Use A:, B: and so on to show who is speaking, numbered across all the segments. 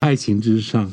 A: 爱情之上，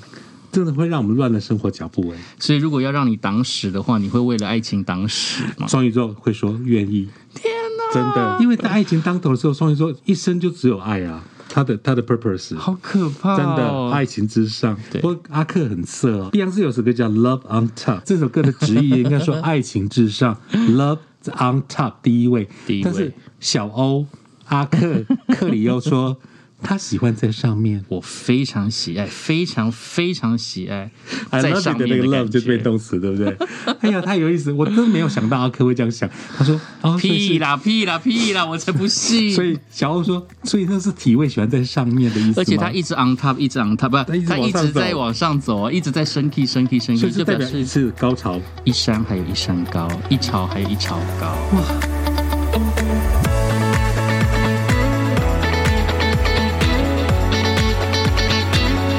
A: 真的会让我们乱了生活脚步哎。
B: 所以如果要让你挡屎的话，你会为了爱情挡屎吗？
A: 双鱼座会说愿意，
B: 天哪，
A: 真的，因为在爱情当头的时候，双鱼座一生就只有爱啊，他的他的 purpose。
B: 好可怕、哦！
A: 真的，爱情之上。
B: 对
A: 不过阿克很色哦。碧昂斯有首歌叫《Love on Top》，这首歌的直译应该 说爱情至上，Love on top 第一位。
B: 第一位
A: 但是小欧阿克克里又说他喜欢在上面。
B: 我非常喜爱，非常非常喜爱
A: I
B: 在
A: love
B: 上
A: you 的
B: 面
A: 那个
B: 感
A: love 就变
B: 觉。
A: 动词，对不对？ 哎呀，太有意思，我真没有想到阿克会这样想。他说：“哦，所以是
B: 屁啦屁啦屁啦！我才不信。
A: 所以小欧说，所以那是体位喜欢在上面的意思吗
B: 而且他一直 on top，一直 on top，不
A: 他一
B: 是，
A: 直往上
B: 他一直
A: 走
B: 在往上走啊，一直在升 key 升 key 升
A: 所
B: key，
A: 以是
B: 就
A: 代
B: 表
A: 表一
B: 示
A: 次高潮。
B: 一山还有一山高，一潮还有一潮高。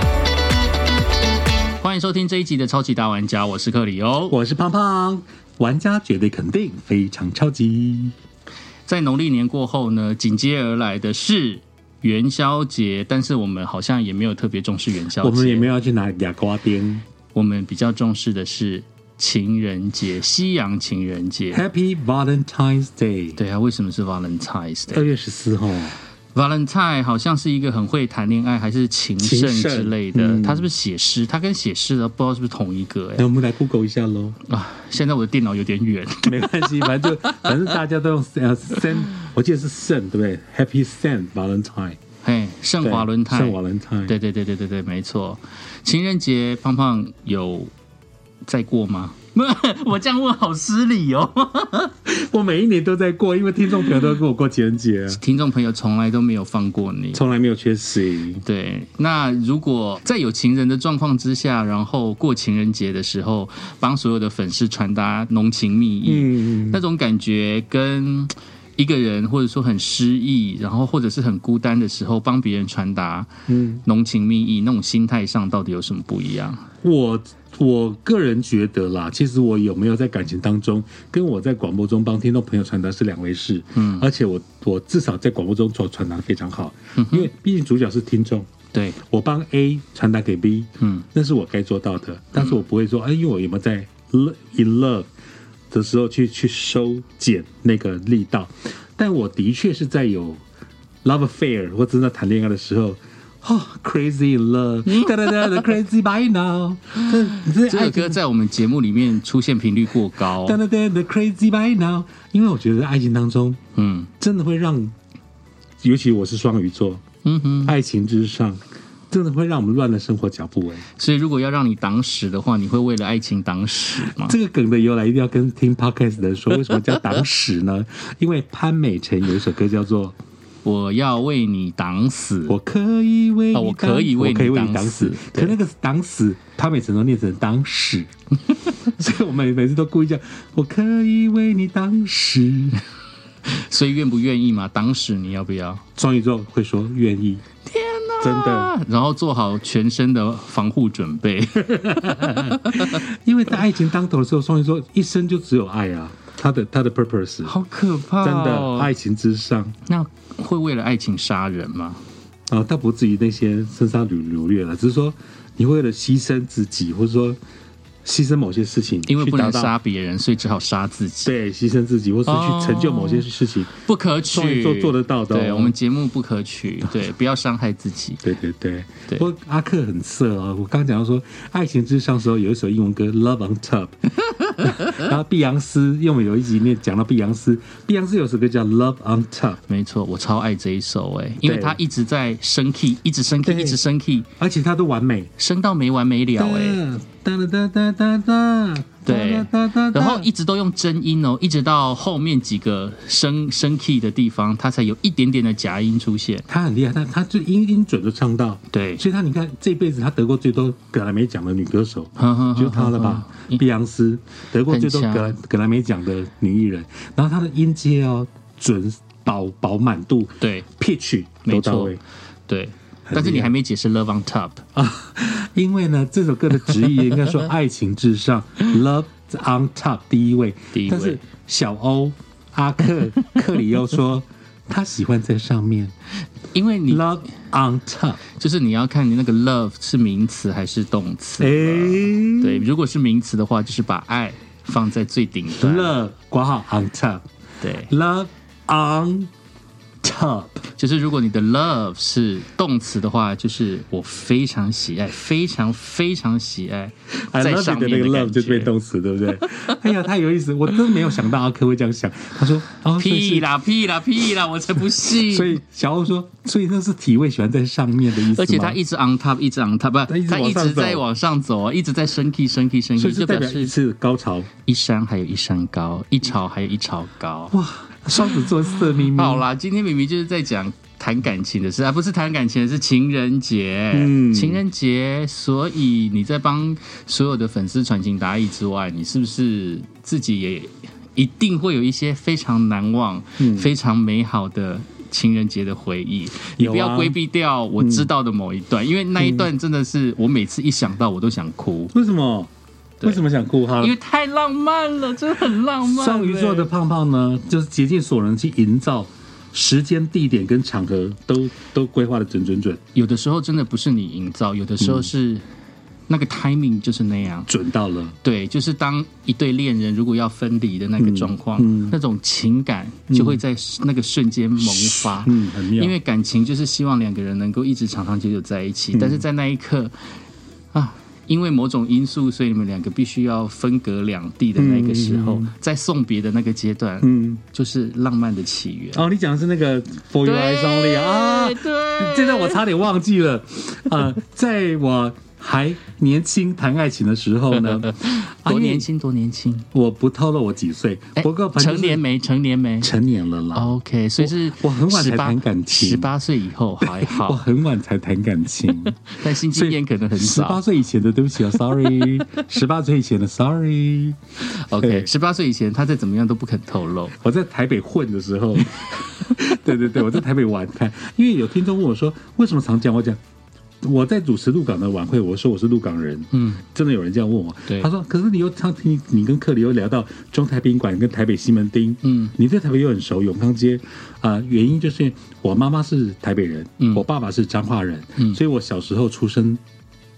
B: 哇！欢迎收听这一集的超级大玩家，我是克里欧。
A: 我是胖胖，玩家绝对肯定非常超级。
B: 在农历年过后呢，紧接而来的是元宵节，但是我们好像也没有特别重视元宵节，
A: 我们也没有要去拿哑瓜丁。
B: 我们比较重视的是情人节，西洋情人节。
A: Happy Valentine's Day，
B: 对啊，为什么是 Valentine's Day？
A: 二月十四号。
B: Valentine 好像是一个很会谈恋爱，还是情圣之类
A: 情
B: 的。
A: 圣嗯嗯
B: 他是不是写诗？他跟写诗的不知道是不是同一个、
A: 那我们来 Google 一下喽，
B: 哎啊，现在我的电脑有点远。
A: 没关系，反正就反正大家都用呃 San，我记得是 San 对不对？Happy San Valentine，
B: 嘿，圣
A: 对
B: 华轮胎。
A: 圣华伦泰，
B: 对对对对对对，没错。情人节，胖胖有在过吗？ 我这样问好失 礼哦。
A: 我每一年都在过，因为听众朋友都跟我过情人节啊，
B: 听众朋友从来都没有放过你。
A: 从来没有缺席。
B: 对，那如果在有情人的状况之下，然后过情人节的时候，帮所有的粉丝传达浓情蜜意，
A: 嗯，
B: 那种感觉跟一个人或者说很失意，然后或者是很孤单的时候，帮别人传达
A: 嗯
B: 浓情蜜意，那种心态上到底有什么不一样？
A: 我我个人觉得啦，其实我有没有在感情当中，跟我在广播中帮听众朋友传达是两回事。嗯，而且我我至少在广播中传传达得非常好，因为毕竟主角是听众。
B: 对，
A: 我帮 A 传达给 B，
B: 嗯，
A: 那是我该做到的，但是我不会说，哎，因为我有没有在 lo- in love 的时候去去收减那个力道？但我的确是在有 love affair 或真的谈恋爱的时候，哦，crazy in love，哒哒哒哒，crazy by now，这你
B: 嗯这
A: 这爱
B: 首歌在我们节目里面出现频率过高
A: 哒，哒哒哒，crazy by now，因为我觉得在爱情当中
B: 嗯
A: 真的会让，尤其我是双鱼座，
B: 嗯哼，
A: 爱情之上真的会让我们乱了生活脚步哎、
B: 所以如果要让你挡屎的话，你会为了爱情挡屎 吗？
A: 这个梗的由来一定要跟听 podcast 的人说，为什么叫党史呢？ 因为潘美辰有一首歌叫做
B: 我要为你挡死
A: 《我可以为你
B: 哦
A: 挡
B: 我可以为
A: 我可以为
B: 你
A: 你
B: 挡
A: 挡
B: 死
A: 死》，可那个挡死，潘美辰都念成挡屎， 所以我们每次都故意叫我可以为你挡屎。
B: 所以愿不愿意嘛？挡屎你要不要？
A: 双鱼座会说愿意，
B: 天哪！
A: 真的，
B: 啊，然后做好全身的防护准备。
A: 因为在爱情当头的时候，双鱼座一生就只有爱啊，他的他的 purpose
B: 好可怕、
A: 真
B: 哦！
A: 的爱情之上
B: 那会为了爱情杀人吗？
A: 啊，倒不至于那些深杀掳掳掠了，只是说你为了牺牲自己，或者说牺牲某些事情，
B: 因为不能
A: 去达到
B: 杀别人，所以只好杀自己。
A: 对，牺牲自己，或是
B: 哦
A: 去成就某些事情。
B: 不可
A: 终
B: 取，
A: 于做做得到的哦
B: 对我们节目不可取， 对，不要伤害自己。
A: 对对对，
B: 对
A: 不过阿克很色啊、哦！我刚刚讲到说，爱情至上的时候有一首英文歌《Love on Top》，然后碧昂斯，因为我们有一集面讲到碧昂斯，碧昂斯有首歌叫《Love on Top》，
B: 没错，我超爱这一首哎、因为
A: 对
B: 他一直在升 key，一直升 key，
A: 对
B: 一直升 key，
A: 而且它都完美。
B: 升到没完没了哎、
A: 哒哒哒哒哒哒，
B: 对
A: 哒哒哒，哒
B: 然后一直都用真音哦，一直到后面几个升升 key 的地方，它才有一点点的假音出现。
A: 他很厉害，他他就音音准就唱到，
B: 对，
A: 所以他你看这辈子他得过最多格莱美奖的女歌手，
B: 呵呵呵
A: 就是她了吧？碧昂斯得过最多
B: 很强
A: 格格莱美奖的女艺人，然后她的音阶哦准饱饱满度
B: 对
A: ，pitch 都到位
B: 没对，
A: 害
B: 但是你还没解释 love on top。
A: 啊。 因为呢，这首歌的直译应该说爱情至 上，love on top 第一位，
B: 第一位
A: 但是小欧阿克克里又说他喜欢在上面
B: 因为 你
A: love on top。
B: 就是你要看你那个 love 是名词还是动词。
A: 哎，
B: 对，如果是名词的话，就是把爱放在最顶端。
A: ，love 挂号 on
B: 对，
A: top，love on top。
B: 就是如果你的 love 是动词的话，就是我非常喜爱，非常非常喜爱
A: I
B: 在
A: love
B: 上
A: it 的
B: 面
A: 那个
B: 感
A: love 就变
B: 觉。
A: 动词，对不 对？哎呀，太有意思，我真没有想到阿珂会这样想。他说：“哦，所以是
B: 屁啦屁啦屁啦，我才不信。
A: 所以小欧说，所以那是体位喜欢在上面的意思吗
B: 而且他一直 on top，一直 on top，不
A: 它一直
B: 它
A: 往
B: 一
A: 上
B: 直
A: 走
B: 在往上走啊，一直在升 key 升 key 升
A: 所
B: key，
A: 以是
B: 就
A: 代
B: 表
A: 表一
B: 示
A: 次高潮。
B: 一山还有一山高，一潮还有一潮高。
A: 哇，双子座色眯眯。
B: 好啦，今天明明就是在讲谈感情的事啊，不是谈感情的事，情人节。
A: 嗯
B: 情人节，所以你在帮所有的粉丝传情达意之外，你是不是自己也一定会有一些非常难忘、
A: 嗯
B: 非常美好的？情人节的回忆，你
A: 有啊
B: 不要规避掉我知道的某一段，因为那一段真的是我每次一想到我都想哭，
A: 为什么？
B: 对
A: 为什么想哭哈
B: 因？为太浪漫了，真的很浪
A: 嗯
B: 漫、
A: 双鱼座的胖胖呢，就是竭尽所能去营造时间、地点跟场合都都规划的准准准，
B: 有的时候真的不是你营造，有的时
A: 嗯
B: 候是那个 timing 就是那样。
A: 准到了。
B: 对，就是当一对恋人如果要分离的那
A: 嗯
B: 个状况，那种情感就会在那个瞬间萌发。
A: 嗯，很妙。
B: 因为感情就是希望两个人能够一直长长久久在一起，
A: 嗯
B: 但是在那一刻啊，因为某种因素，所以你们两个必须要分隔两地的那个时候，在送别的那个阶段，
A: 嗯，
B: 就是浪漫的起源。
A: 哦，你讲的是那个 For Your Eyes Only 啊，
B: 对，
A: 这段我差点忘记了。 呃，在我还年轻谈爱情的时候 呢，啊
B: 多
A: 因
B: 年，
A: 为
B: 轻，多年轻。
A: 我不透露我几岁
B: 哎，
A: 不过反正
B: 成
A: 就是
B: 年哦没？成年没
A: 成年了啦。
B: ？OK，所以是
A: 我很晚才谈感情
B: 十八岁以后还
A: 我
B: 好，
A: 很晚才谈感 情，
B: 但性经验可能很
A: 十八
B: 少。
A: 岁以前的对不起啊，sorry，十 八岁以前的 sorry。
B: OK，十八岁以前他再怎么样都不肯透露。
A: 我在台北混的时 候，对对对，我在台北玩看，因为有听众问我说，为什么常讲我讲？我在主持鹿港的晚会，我说我是鹿港人，
B: 嗯，
A: 真的有人这样问我，
B: 对
A: 他说，可是你又常听你跟克里又聊到中台宾馆跟台北西门町，
B: 嗯，
A: 你对台北又很熟，永康街，啊、原因就是我妈妈是台北人，
B: 嗯
A: 我爸爸是彰化人，
B: 嗯
A: 所以我小时候出生。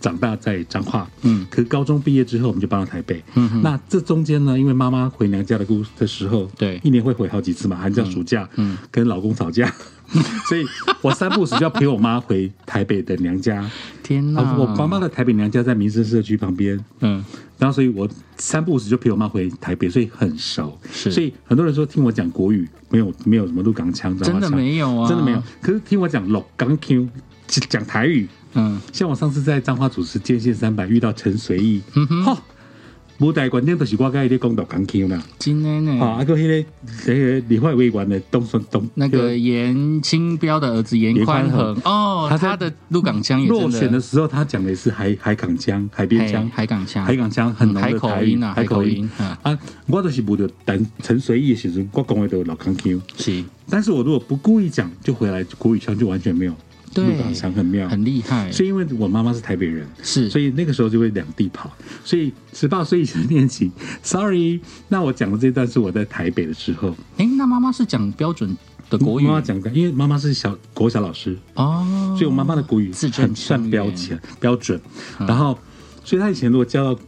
A: 长大在彰化，
B: 嗯
A: 可是高中毕业之后我们就搬到台北，
B: 嗯哼
A: 那这中间呢，因为妈妈回娘家的故的时候，
B: 对
A: 一年会回好几次嘛，寒假、暑假，
B: 嗯
A: 跟老公吵架， 所以我三不时就要陪我妈回台北的娘家。
B: 天哪！
A: 啊，我妈妈的台北娘家在民生社区旁边，
B: 嗯，
A: 然后所以我三不五时就陪我妈回台北，所以很熟。
B: 是
A: 所以很多人说听我讲国语，没有没有什么鹿港腔，彰
B: 真
A: 化
B: 的
A: 腔
B: 没有啊，
A: 真的没有。。可是听我讲鹿港腔，讲台语，
B: 嗯，
A: 像我上次在彰化主持《建县三百》遇到陈随意，
B: 嗯哼
A: 吼，舞台观点就是我甲伊咧讲鹿港腔啦。
B: 今天
A: 啊，
B: 呢，
A: 啊个迄个那个李焕委员的东孙东
B: 那个严清标的儿子严
A: 严
B: 宽
A: 宽
B: 恒
A: 恒
B: 哦，
A: 他在
B: 他的鹿港腔也
A: 落
B: 真
A: 选的时候，他讲的是海海港腔、海边
B: 海
A: 腔、
B: 海港腔，
A: 海港腔很浓
B: 海
A: 的
B: 口
A: 台语
B: 音啊，
A: 海口
B: 音
A: 音。
B: 啊，
A: 啊，我都是不着等陈随意的时阵，我讲的都老港腔，
B: 嗯是，
A: 但是我如果不故意讲，就回来国语腔就完全没有
B: 对
A: 鹿港腔很妙。
B: 很厉害，
A: 所以因为我妈妈是台北人，
B: 是，
A: 所以那个时候就会两地跑。所以十八岁以前的恋情，sorry，那我讲的这段是我在台北的时候，
B: 哎，那妈妈是讲标准的国语
A: 妈妈讲的，因为妈妈是小国小老师，
B: 哦，
A: 所以我妈妈的国语
B: 字正
A: 很
B: 腔
A: 算标
B: 圆
A: 签标准。
B: 啊
A: 然后，所以她以前如果教到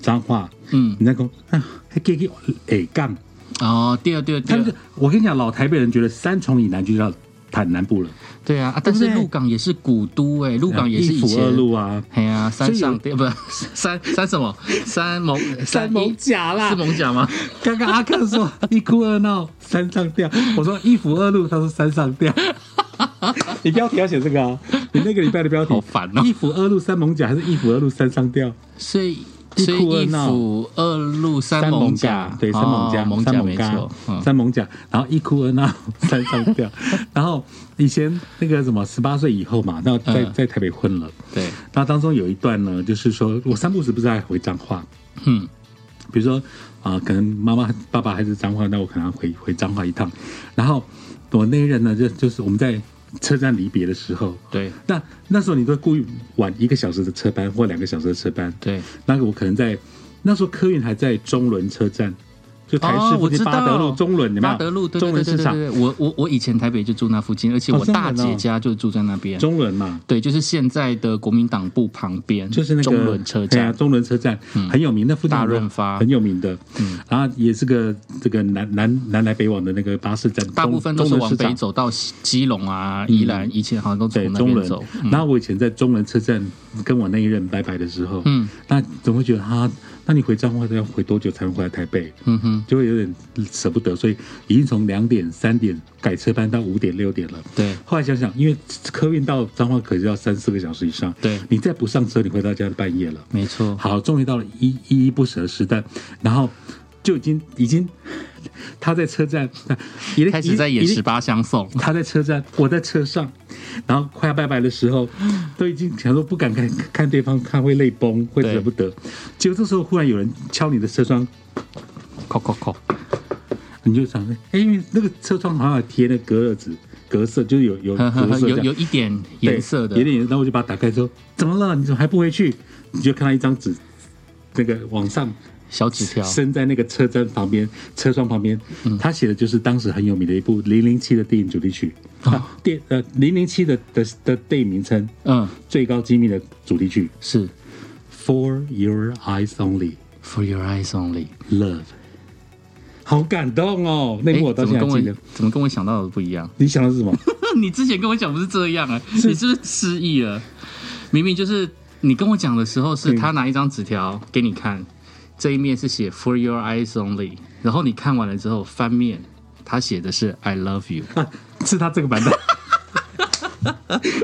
A: 脏话，
B: 嗯
A: 人家讲啊，还给给哎干，
B: 哦，对啊对啊
A: 他
B: 对
A: 们
B: 啊
A: 就我跟你讲，老台北人觉得三重以南就叫坦南部了，
B: 对啊，啊
A: 对
B: 但
A: 不
B: 是
A: 对
B: 鹿港也是古都哎，鹿港也是
A: 一
B: 以
A: 府二
B: 前。
A: 路啊，
B: 哎呀，山上
A: 所
B: 对不 山山什么 山蒙
A: 三艋甲
B: 是啊
A: 啦。
B: 蒙甲吗？
A: 刚刚阿克说一哭二闹三上吊，我说一府二路，他说三上 吊。你标题要写这个啊？你那个礼拜的标题
B: 好烦哦
A: 一府二路三猛甲还是一府二路三上吊？
B: 所以
A: 一
B: 所以
A: 哭二
B: 一
A: 闹
B: 府二路三
A: 三
B: 蒙
A: 猛
B: 甲
A: 甲，，对，三猛甲，
B: 哦蒙
A: 三
B: 甲
A: 猛
B: 没
A: 甲
B: 错，嗯
A: 三猛甲，然后一哭二闹三上 吊，然后以前那个什么十八岁以后嘛，那在
B: 嗯
A: 在台北混了，
B: 对，
A: 那当中有一段呢，就是说我三不时不是还回彰化，
B: 嗯
A: 比如说啊、可能妈妈爸爸还是彰化，那我可能要回回彰化一趟，然后我那一任呢，就就是我们在车站离别的时候，
B: 对
A: 那那时候你都故意晚一个小时的车班
B: 哦
A: 或两个小时的车班，
B: 对
A: 那个我可能在那时候客运还在中仑车站，就台
B: 哦
A: 市附
B: 我
A: 近
B: 知道
A: 巴德路中仑，有没有
B: 巴德路，对
A: 中
B: 对
A: 仑
B: 对
A: 市
B: 对对
A: 场，
B: 对，我我我以前台北就住那附近，而且
A: 哦
B: 我大
A: 真的
B: 姐
A: 哦
B: 家就住在那边。
A: 中仑嘛，
B: 对，就是现在的国民党部旁边，
A: 就是那个
B: 中仑车
A: 对啊
B: 站。嗯
A: 中仑车站很有名，那附近
B: 大
A: 很多
B: 润发嗯
A: 很有名的，然后也是个这个南南南来北往的那个巴士站，
B: 大部分都是
A: 中中仑
B: 往
A: 市
B: 北
A: 场
B: 走到西基隆啊、宜兰，以前好像都
A: 对
B: 从那
A: 中
B: 边
A: 仑
B: 走。，嗯
A: 然后我以前在中仑车站跟我那一任拜拜的时候，
B: 嗯，
A: 那总会觉得哈，那你回彰化要回多久才能回来台北？
B: 嗯哼，
A: 就会有点舍不得，所以已经从两点、三点改车班到五点、六点了。
B: 对
A: 后来想想，因为客运到彰化可是要三四个小时以上，
B: 对
A: 你再不上车，你回到家就半夜了。
B: 没错。
A: 好，终于到了依依依不舍的时代，然后就已经已经他在车站，已经
B: 开始在演
A: 已经
B: 十八相送，
A: 他在车站，我在车上，然后快要拜拜的时候，都已经想说不敢看看对方，他会泪崩，会
B: 对
A: 舍不得。结果这时候忽然有人敲你的车窗，
B: 扣扣扣，
A: 你就想说，哎、因为那个车窗好像还贴那隔热纸，隔色就是有有隔色这
B: 有
A: 样
B: 有一点颜色的
A: 对有，点颜色。然后我就把它打开之后，怎么了？你怎么还不回去？你就看到一张纸，那个往上
B: 小纸条，
A: 伸在那个车站旁边，车窗旁边，他写的就是当时很有名的一部《零零七》的电影主题曲，
B: 哦
A: 啊，电呃《零零七》的的的电影名称《
B: 嗯，
A: 最高机密》的主题曲
B: 是
A: For Your Eyes Only
B: for your eyes only。
A: Love，好感动哦！那一幕我
B: 诶
A: 到
B: 怎
A: 现在
B: 么跟
A: 还记
B: 我
A: 得。
B: 怎么跟我想到的不一样？
A: 你想的是什么？
B: 你之前跟我讲不是这样啊，你是不是失忆了？明明就是你跟我讲的时候，是他拿一张纸条给你看，这一面是写 For your eyes only，然后你看完了之后翻面，他写的是 I love you。
A: 啊 是他这个 版本。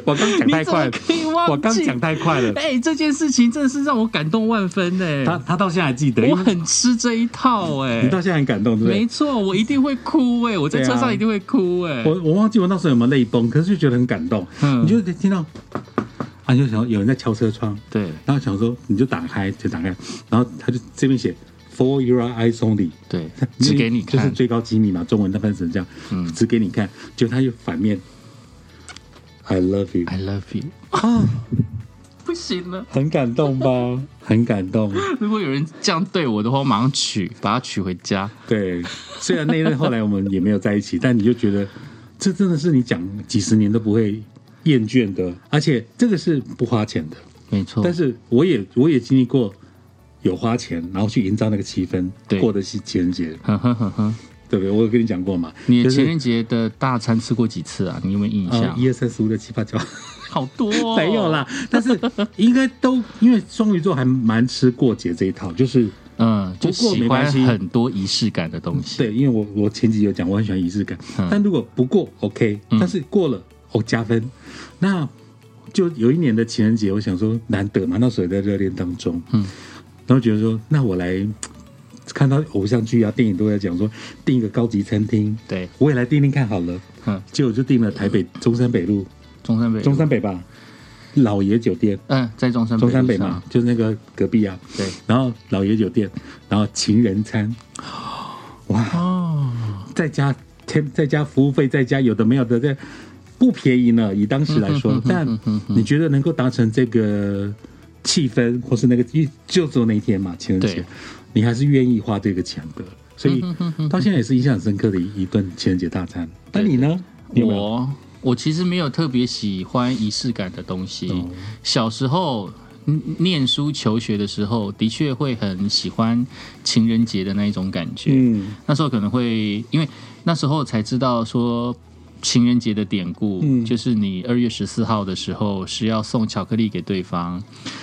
A: 我刚讲太快了
B: 你怎么，可以忘记
A: 我刚讲太快了。
B: 哎、这件事情真的是让我感动万分呢、
A: 他他到现在还记得，
B: 我
A: 因为
B: 很吃这一套哎、
A: 你到现在很感动，对不对
B: 没？错，我一定会哭哎、我在
A: 对啊
B: 车上一定会哭哎、
A: 我我忘记我那时候有没有泪崩，可是就觉得很感动。
B: 嗯
A: 你就听到，啊，你就想有人在敲车窗，
B: 对
A: 然后想说你就打开就打开，然后他就这边写 For your eyes only，
B: 对，只给你
A: 就是
B: 看，
A: 最高机密嘛，中文那翻成这样，
B: 嗯
A: 只给你看，结果他又反面，I love you，
B: I love you，
A: 啊，
B: 不行了。
A: 很感动吧？ 很感动，
B: 如果有人这样对我的话，我马上娶，把他娶回家。
A: 对。虽然那一任后来我们也没有在一起，但你就觉得这真的是你讲几十年都不会厌倦的，而且这个是不花钱的。
B: 没错，
A: 但是我也我也经历过有花钱，然后去营造那个气氛，
B: 对
A: 过的是情人节，
B: 呵呵呵呵，
A: 对不对？我有跟你讲过嘛，
B: 你的
A: 就是
B: 情人节的大餐吃过几次啊？你有没有印
A: 呃
B: 象？
A: 一二三四五六七八 九
B: 好多、哦，
A: 没有。啦，但是应该都因为双鱼座还蛮吃过节这一套，就是
B: 嗯，就
A: 不过没
B: 喜欢
A: 关系
B: 很多仪式感的东西。
A: 对，因为我我前集有讲我很喜欢仪式感，
B: 嗯
A: 但如果不过 OK，但是过了哦加分，那就有一年的情人节，我想说难得嘛，那时候也在热恋当中，
B: 嗯，
A: 然后觉得说那我来嘖看到偶像剧啊电影都在讲说订一个高级餐厅，
B: 对，
A: 我也来订订看好了，
B: 嗯，
A: 结果就订了台北中山北路
B: 中山北路，
A: 中山北吧老爷酒店，
B: 嗯，在中山
A: 中山
B: 路
A: 北
B: 上
A: 嘛，，就是那个隔壁啊，
B: 对，
A: 然后老爷酒店，然后情人餐，哇。
B: 哦，
A: 再加添再加服务费，再加有的没有的，再不便宜呢。以当时来
B: 嗯
A: 说，但你觉得能够达成这个气氛，或是那个一就只有那一天嘛，情人节
B: 对，
A: 你还是愿意花这个钱的。所以
B: 嗯哼
A: 到现在也是印象很深刻的一一顿情人节大餐。那你呢？你有没有
B: 我我其实没有特别喜欢仪式感的东西。
A: 哦
B: 小时候嗯念书求学的时候，的确会很喜欢情人节的那一种感觉。
A: 嗯
B: 那时候可能会因为那时候才知道说情人节的典故，
A: 嗯
B: 就是你二月十四号的时候是要送巧克力给对方，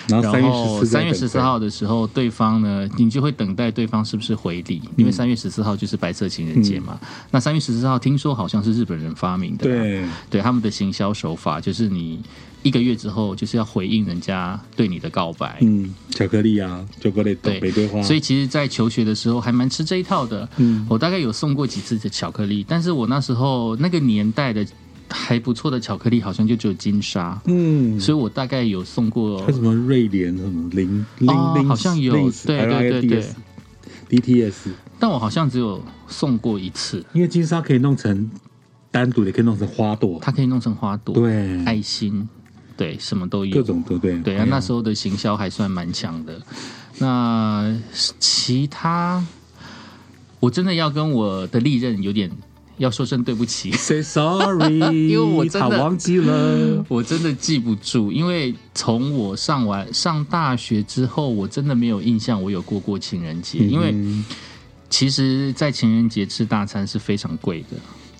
A: 然后
B: 然
A: 三月十
B: 后
A: 四，
B: 三月十四，号的时候，对方呢，你就会等待对方是不是回礼，
A: 嗯
B: 因为三月十四号就是白色情人节嘛。那三月十四号听说好像是日本人发明的啦，
A: 对，
B: 对他们的行销手法就是你一个月之后就是要回应人家对你的告白。
A: 嗯，巧克力啊，巧克力，
B: 对
A: 玫瑰花，
B: 所以其实，在求学的时候还蛮吃这一套的。
A: 嗯
B: 我大概有送过几次的巧克力，但是我那时候那个年代的还不错的巧克力，好像就只有金沙，
A: 嗯，
B: 所以我大概有送过
A: 还有什么瑞莲什么零零
B: 哦
A: 零，
B: 好像有
A: Links，
B: 对对对对
A: LIDS DTS。
B: 但我好像只有送过一次，
A: 因为金沙可以弄成单独的，也可以弄成花朵，
B: 它可以弄成花朵，，
A: 对，
B: 爱心，对，什么都有，
A: 各种对不对？哎
B: 对啊，那时候的行销还算蛮强的。那其他我真的要跟我的历任有点要说声对不起，
A: Say sorry，
B: 因为我真的
A: 他忘记了。
B: 我真的记不住，因为从我上完上大学之后，我真的没有印象我有过过情人节， 因为
A: 嗯
B: 其实，在情人节吃大餐是非常贵的。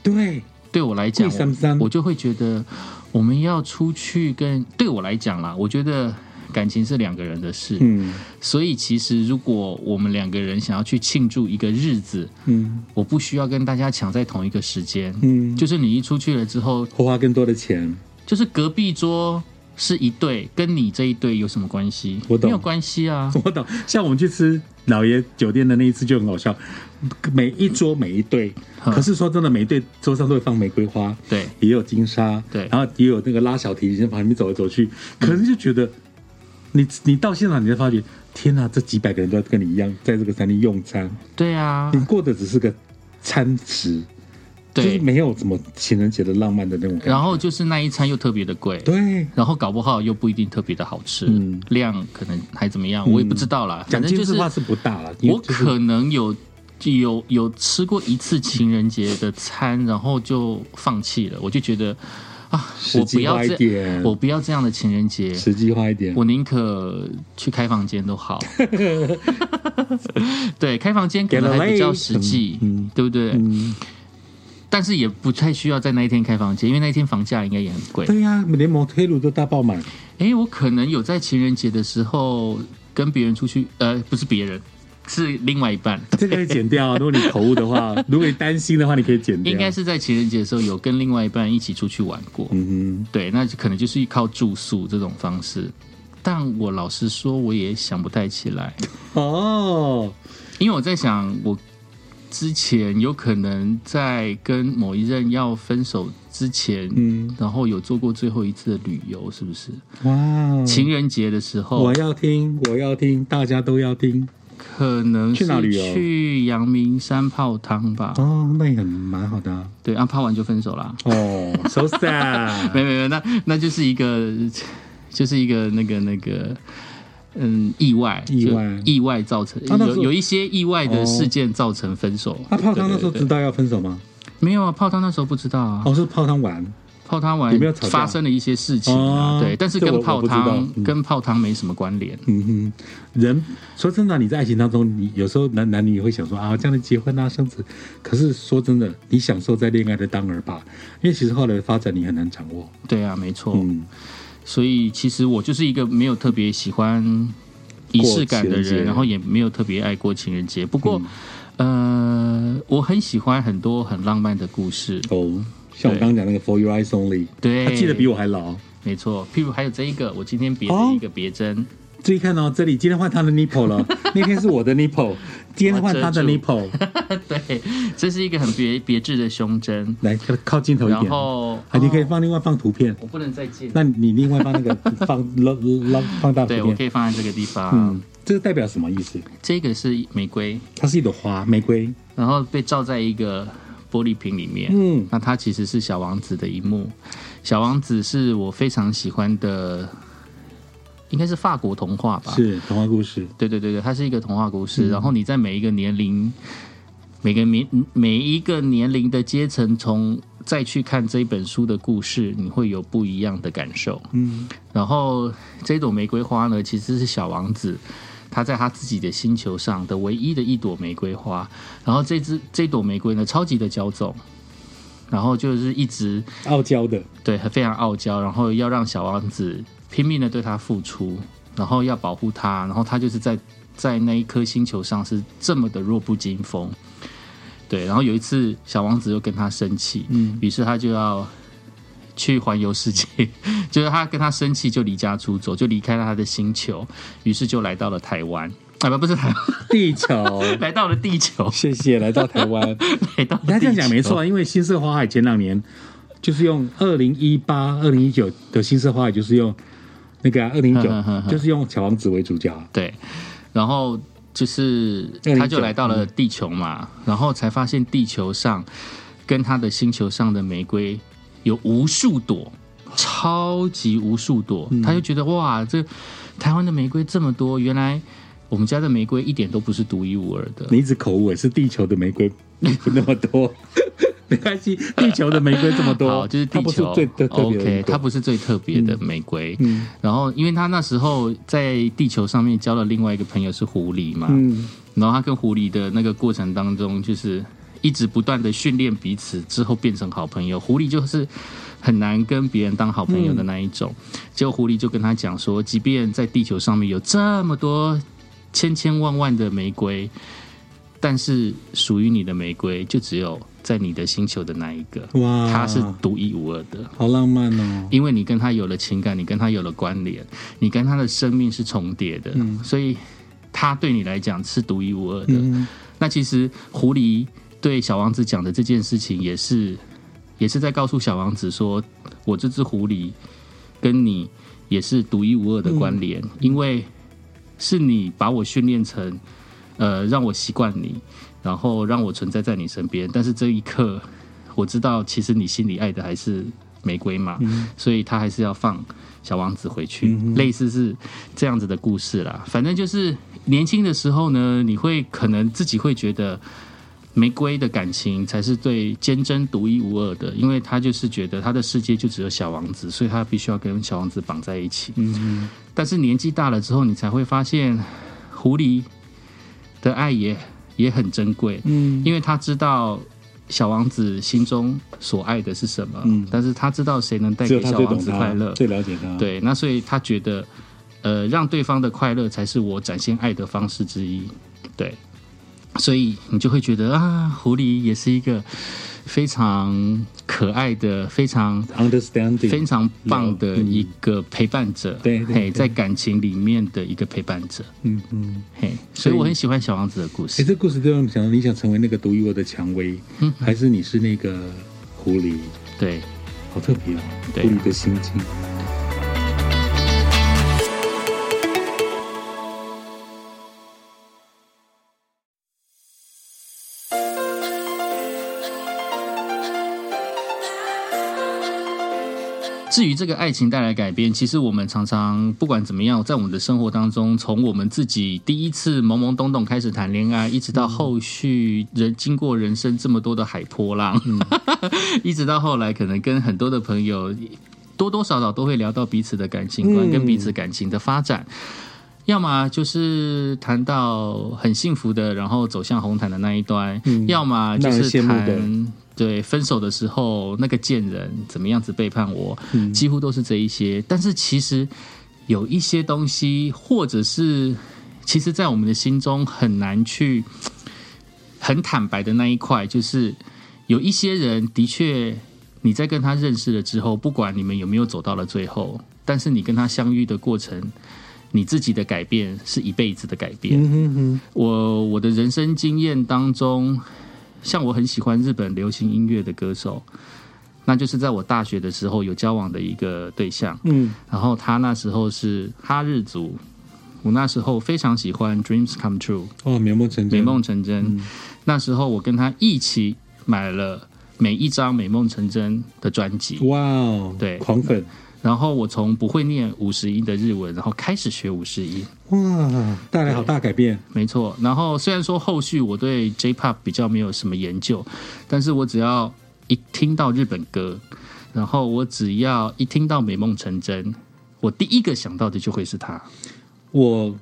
A: 对，
B: 对我来讲
A: 贵三三，
B: 我就会觉得我们要出去跟对我来讲啦，我觉得感情是两个人的事，
A: 嗯
B: 所以其实如果我们两个人想要去庆祝一个日子，
A: 嗯
B: 我不需要跟大家抢在同一个时间，
A: 嗯，
B: 就是你一出去了之后，
A: 花更多的钱，
B: 就是隔壁桌是一对，跟你这一对有什么关系？
A: 我懂
B: 没有关系啊。
A: 我懂。像我们去吃老爷酒店的那一次就很好笑，每一桌每一对，
B: 嗯
A: 可是说真的，每一对桌上都会放玫瑰花，
B: 对，
A: 也有金沙，
B: 对
A: 然后也有那个拉小提琴在旁边走来走去，可能就觉得你你到现场，你才发觉，天啊哪、这几百个人都跟你一样在这个餐厅用餐，
B: 对啊
A: 你，过的只是个餐食，就是
B: 对。
A: 没有什么情人节的浪漫的那种感觉。
B: 然后就是那一餐又特别的贵，
A: 对，
B: 然后搞不好又不一定特别的好吃，
A: 嗯
B: 量可能还怎么样，我也不知道啦。
A: 讲
B: 反正
A: 精
B: 就
A: 致
B: 是
A: 化是不大了，因为
B: 我
A: 就是
B: 可能有有有吃过一次情人节的餐，然后就放弃了，我就觉得啊，
A: 实
B: 我不
A: 际
B: 要
A: 化一
B: 这，
A: 点，
B: 我不要这样的情人节，
A: 实际化一点。
B: 我宁可去开房间都好。对，开房间可能还比较实际，
A: 嗯嗯
B: 对不对？
A: 嗯，
B: 但是也不太需要在那一天开房间，因为那一天房价应该也很贵。
A: 对呀、连摩推炉都大爆 满，
B: 诶，我可能有在情人节的时候跟别人出去，呃，不是别人，是另外一半，
A: 这个可以剪掉啊。如果你口误的话，如果你担心的话，你可以剪掉。
B: 应该，是在情人节的时候有跟另外一半一起出去玩过。
A: 嗯
B: 对，那就可能就是靠住宿这种方式。但我老实说，我也想不太起来，
A: 哼，哦，
B: 因为我在想，我之前有可能在跟某一任要分手之前，
A: 嗯，
B: 然后有做过最后一次的旅游，是不是？
A: 哇，哦
B: 情人节的时候，
A: 我要听，我要听，大家都要听
B: 可能
A: 去哪旅游
B: 是去阳明山泡汤吧。
A: 哦，那也很蛮好的啊、
B: 对，啊，泡完就分手啦。
A: 哦，so
B: 没
A: sad，
B: 没没，那那就是一个，就是一个那个那个，嗯，意外，
A: 意外
B: 就意外造成、
A: 啊那时候
B: 有有一些意外的事件造成分手。
A: 那啊泡汤那时候
B: 对对
A: 知道要分手吗？
B: 对没有啊，泡汤那时候不知道啊，
A: 哦，是泡汤玩，
B: 泡汤完
A: 有没有吵架
B: 发生了一些事情啊，
A: 哦
B: 对，但是
A: 这我
B: 跟
A: 我
B: 泡
A: 不知道
B: 汤、
A: 嗯
B: 跟泡汤没什么关联。
A: 嗯哼，人说真的啊，你在爱情当中，你有时候男男女也会想说啊，这样的结婚啊，生子。可是说真的，你享受在恋爱的当儿吧，因为其实后来的发展你很难掌握。
B: 对啊，没错。
A: 嗯，
B: 所以其实我就是一个没有特别喜欢仪式感
A: 过
B: 的
A: 情人
B: 人，
A: 节
B: 然后也没有特别爱过情人节。不过，
A: 嗯
B: 呃，我很喜欢很多很浪漫的故事。
A: 哦，像我刚刚讲那个 For Your Eyes Only，
B: 对，
A: 他记得比我还牢。
B: 没错。譬如还有这一个，我今天别
A: 哦
B: 了一个别针，
A: 注意看哦，这里今天换他的 nipple 了， 那天是我的 nipple，今天换他的
B: 我遮
A: nipple，
B: 对，这是一个很别别致的胸针。
A: 来靠镜头一
B: 然
A: 点。
B: 后，
A: 啊，你可以
B: 哦
A: 放另外放图片，
B: 我不能再见。
A: 那你另外放那 个放 love love 放大图
B: 对，我可
A: 片。
B: 以放在这个地方。
A: 嗯，这个代表什么意思？
B: 这个是玫瑰，
A: 它是一朵花，玫瑰。
B: 然后被罩在一个玻璃瓶里面。
A: 嗯
B: 那它其实是《小王子》的一幕，《小王子》是我非常喜欢的，应该是法国童话吧？，
A: 是童话故事。
B: 对对对对，它是一个童话故事。然后你在每一个年龄、每个年、每一个年龄的阶层，从再去看这一本书的故事，你会有不一样的感受。
A: 嗯
B: 然后这朵玫瑰花呢，其实是小王子他在他自己的星球上的唯一的一朵玫瑰花。然后这只这朵玫瑰呢，超级的骄纵，然后就是一直，
A: 傲娇的，
B: 对非常傲娇，然后要让小王子拼命的对他付出，然后要保护他，然后他就是在在那一颗星球上是这么的弱不禁风。对，然后有一次小王子又跟他生气，
A: 嗯，
B: 于是他就要去环游世界， 就是他跟他生气就离家出走，就离开了他的星球，于是就来到了台湾啊，不不是台湾，
A: 地球。
B: 来到了地球，
A: 谢谢来到台 湾，
B: 来到了
A: 他这样讲
B: 地球
A: 没错，啊，因为新色花海前两年就是用二零一八、二零一九的新色花海，就是用那个啊二 零一
B: 哼哼
A: 九，
B: 哼
A: 就是用小王子为主角啊。
B: 对，然后就是
A: 2019
B: 他就来到
A: 嗯
B: 了地球嘛，然后才发现地球上跟他的星球上的玫瑰有无数朵，
A: 嗯
B: 超级无数朵，他就觉得哇，这台湾的玫瑰这么多，原来。我们家的玫瑰一点都不是独一无二的。
A: 你一直口误，是地球的玫瑰 不那么多， 没关系，地球的玫瑰这么多，
B: 好，就是
A: 它
B: 地
A: 不是
B: 球
A: 最特特别的一
B: OK，
A: 个
B: 它不是最特别的玫瑰。
A: 嗯
B: 然后，因为他那时候在地球上面交了另外一个朋友是狐狸嘛，
A: 嗯
B: 然后他跟狐狸的那个过程当中，就是一直不断的训练彼此，之后变成好朋友。狐狸就是很难跟别人当好朋友的那一种。结果狐狸就跟他讲说，即便在地球上面有这么多千千万万的玫瑰，但是属于你的玫瑰就只有在你的星球的那一个，
A: 哇，
B: 它是独一无二的。
A: 好浪漫哦，
B: 因为你跟他有了情感，你跟他有了关联，你跟他的生命是重叠的，所以他对你来讲是独一无二的。
A: 嗯
B: 那其实狐狸对小王子讲的这件事情，也是也是在告诉小王子说，我这只狐狸跟你也是独一无二的关联，因为是你把我训练成，呃，让我习惯你，然后让我存在在你身边。但是这一刻，我知道其实你心里爱的还是玫瑰嘛，所以他还是要放小王子回去，类似是这样子的故事啦。反正就是年轻的时候呢，你会可能自己会觉得。玫瑰的感情才是最坚贞、独一无二的，因为他就是觉得他的世界就只有小王子，所以他必须要跟小王子绑在一起。
A: 嗯
B: 但是年纪大了之后，你才会发现，狐狸的爱也也很珍贵，
A: 嗯
B: 因为他知道小王子心中所爱的是什么，
A: 嗯
B: 但是他知道谁能带
A: 嗯，只有
B: 给
A: 他
B: 小
A: 最
B: 王
A: 懂
B: 子
A: 他，
B: 快乐，
A: 最了解他，，
B: 对，那所以他觉得，呃，让对方的快乐才是我展现爱的方式之一。对，所以你就会觉得啊，狐狸也是一个非常可爱的、非常非
A: ，understanding，
B: 常棒的一个陪伴者。
A: 嗯对对对
B: 嘿，在感情里面的一个陪伴者。
A: 嗯嗯，
B: 嘿，所以
A: 所以
B: 我很喜欢小王子的故
A: 哎，
B: 事。
A: 这故事就让我想到，你想成为那个独一无二的蔷薇，
B: 嗯
A: 还是你是那个狐狸？
B: 对，
A: 好特别哦，狐
B: 对
A: 狸的心境。
B: 至于这个爱情带来改变，其实我们常常不管怎么样，在我们的生活当中，从我们自己第一次懵懵懂懂开始谈恋爱，一直到后续人经过人生这么多的海波浪， 一直到后来可能跟很多的朋友多多少少都会聊到彼此的感情观、
A: 嗯
B: 跟彼此感情的发展。要么就是谈到很幸福的，然后走向红毯的那一端；
A: 嗯
B: 要么就
A: 让
B: 是
A: 人羡慕的
B: 谈对分手的时候那个贱人怎么样子背叛我，
A: 嗯
B: 几乎都是这一些。但是其实有一些东西，或者是其实，在我们的心中很难去很坦白的那一块，就是有一些人的确，你在跟他认识了之后，不管你们有没有走到了最后，但是你跟他相遇的过程，你自己的改变是一辈子的改变。
A: 嗯哼哼，
B: 我我的人生经验当中，像我很喜欢日本流行音乐的歌手，那就是在我大学的时候有交往的一个对象，
A: 嗯
B: 然后他那时候是哈日族，我那时候非常喜欢《Dreams Come True》
A: 哇，美梦成真，
B: 美梦成真，
A: 嗯
B: 那时候我跟他一起买了每一张《美梦成真》的专辑，
A: 哇哦，
B: 对
A: 狂粉，
B: 然后我从不会念五十音的日文，然后开始学五十音。
A: 哇，带来好大改变，
B: 没错。然后虽然说后续我对 J-pop 比较没有什么研究，但是我只要一听到日本歌，然后我只要一听到《美梦成真》，我第一个想到的就会是他。
A: 我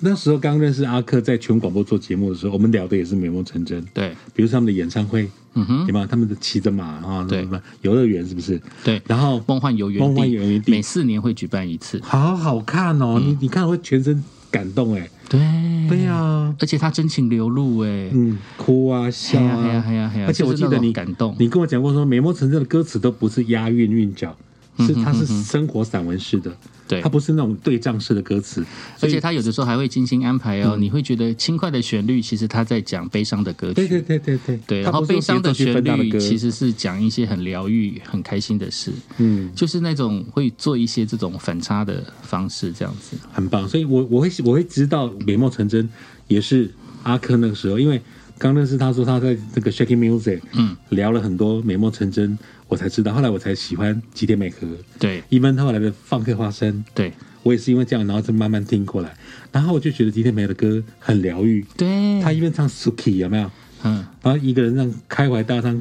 A: 那时候刚认识阿克，在全广播做节目的时候，我们聊的也是美梦成真，
B: 对，
A: 比如说他们的演唱会，
B: 嗯哼，
A: 有没有？他们的骑着马啊，
B: 对
A: 什么游乐园是不是？
B: 对，
A: 然后
B: 梦幻游园地，
A: 梦幻游园地
B: 每四年会举办一次。
A: 好好看哦，你你看会全身感动哎，
B: 嗯对，啊
A: 对呀，
B: 而且他真情流露哎、
A: 嗯，哭啊
B: 嘿
A: 笑
B: 哎呀嘿呀
A: 啊，
B: 嘿呀嘿呀！
A: 而且我
B: 就是
A: 记
B: 那
A: 得
B: 种
A: 你
B: 感动，
A: 你跟我讲过说美梦成真的歌词都不是押韵韵脚，
B: 嗯
A: 是它是生活散文式的，
B: 对
A: 它，不是那种对仗式的歌词，
B: 而
A: 所以嗯
B: 且他有的时候还会精心安排哦，你会觉得轻快的旋律，其实他在讲悲伤的歌曲。
A: 对对对对对，
B: 对，
A: 它
B: 然后
A: 不是
B: 悲
A: 用
B: 伤
A: 节奏
B: 的
A: 去
B: 旋
A: 分它的
B: 律
A: 歌，
B: 其实是讲一些很疗愈、很开心的事，
A: 嗯。
B: 就是那种会做一些这种反差的方式，这样子。
A: 很棒，所以我我会我会知道美梦成真也是阿珂那个时候，因为刚认识他说他在这个 Shaking Music，嗯，聊了很多美梦成真，我才知道，后来我才喜欢吉田美和，
B: 对
A: 一般后来的放克花生，
B: 对
A: 我也是因为这样，然后就慢慢听过来，然后我就觉得吉田美和的歌很疗愈，
B: 对，
A: 他一边唱 Suki 有没有？
B: 嗯，
A: 然后一个人让开怀大唱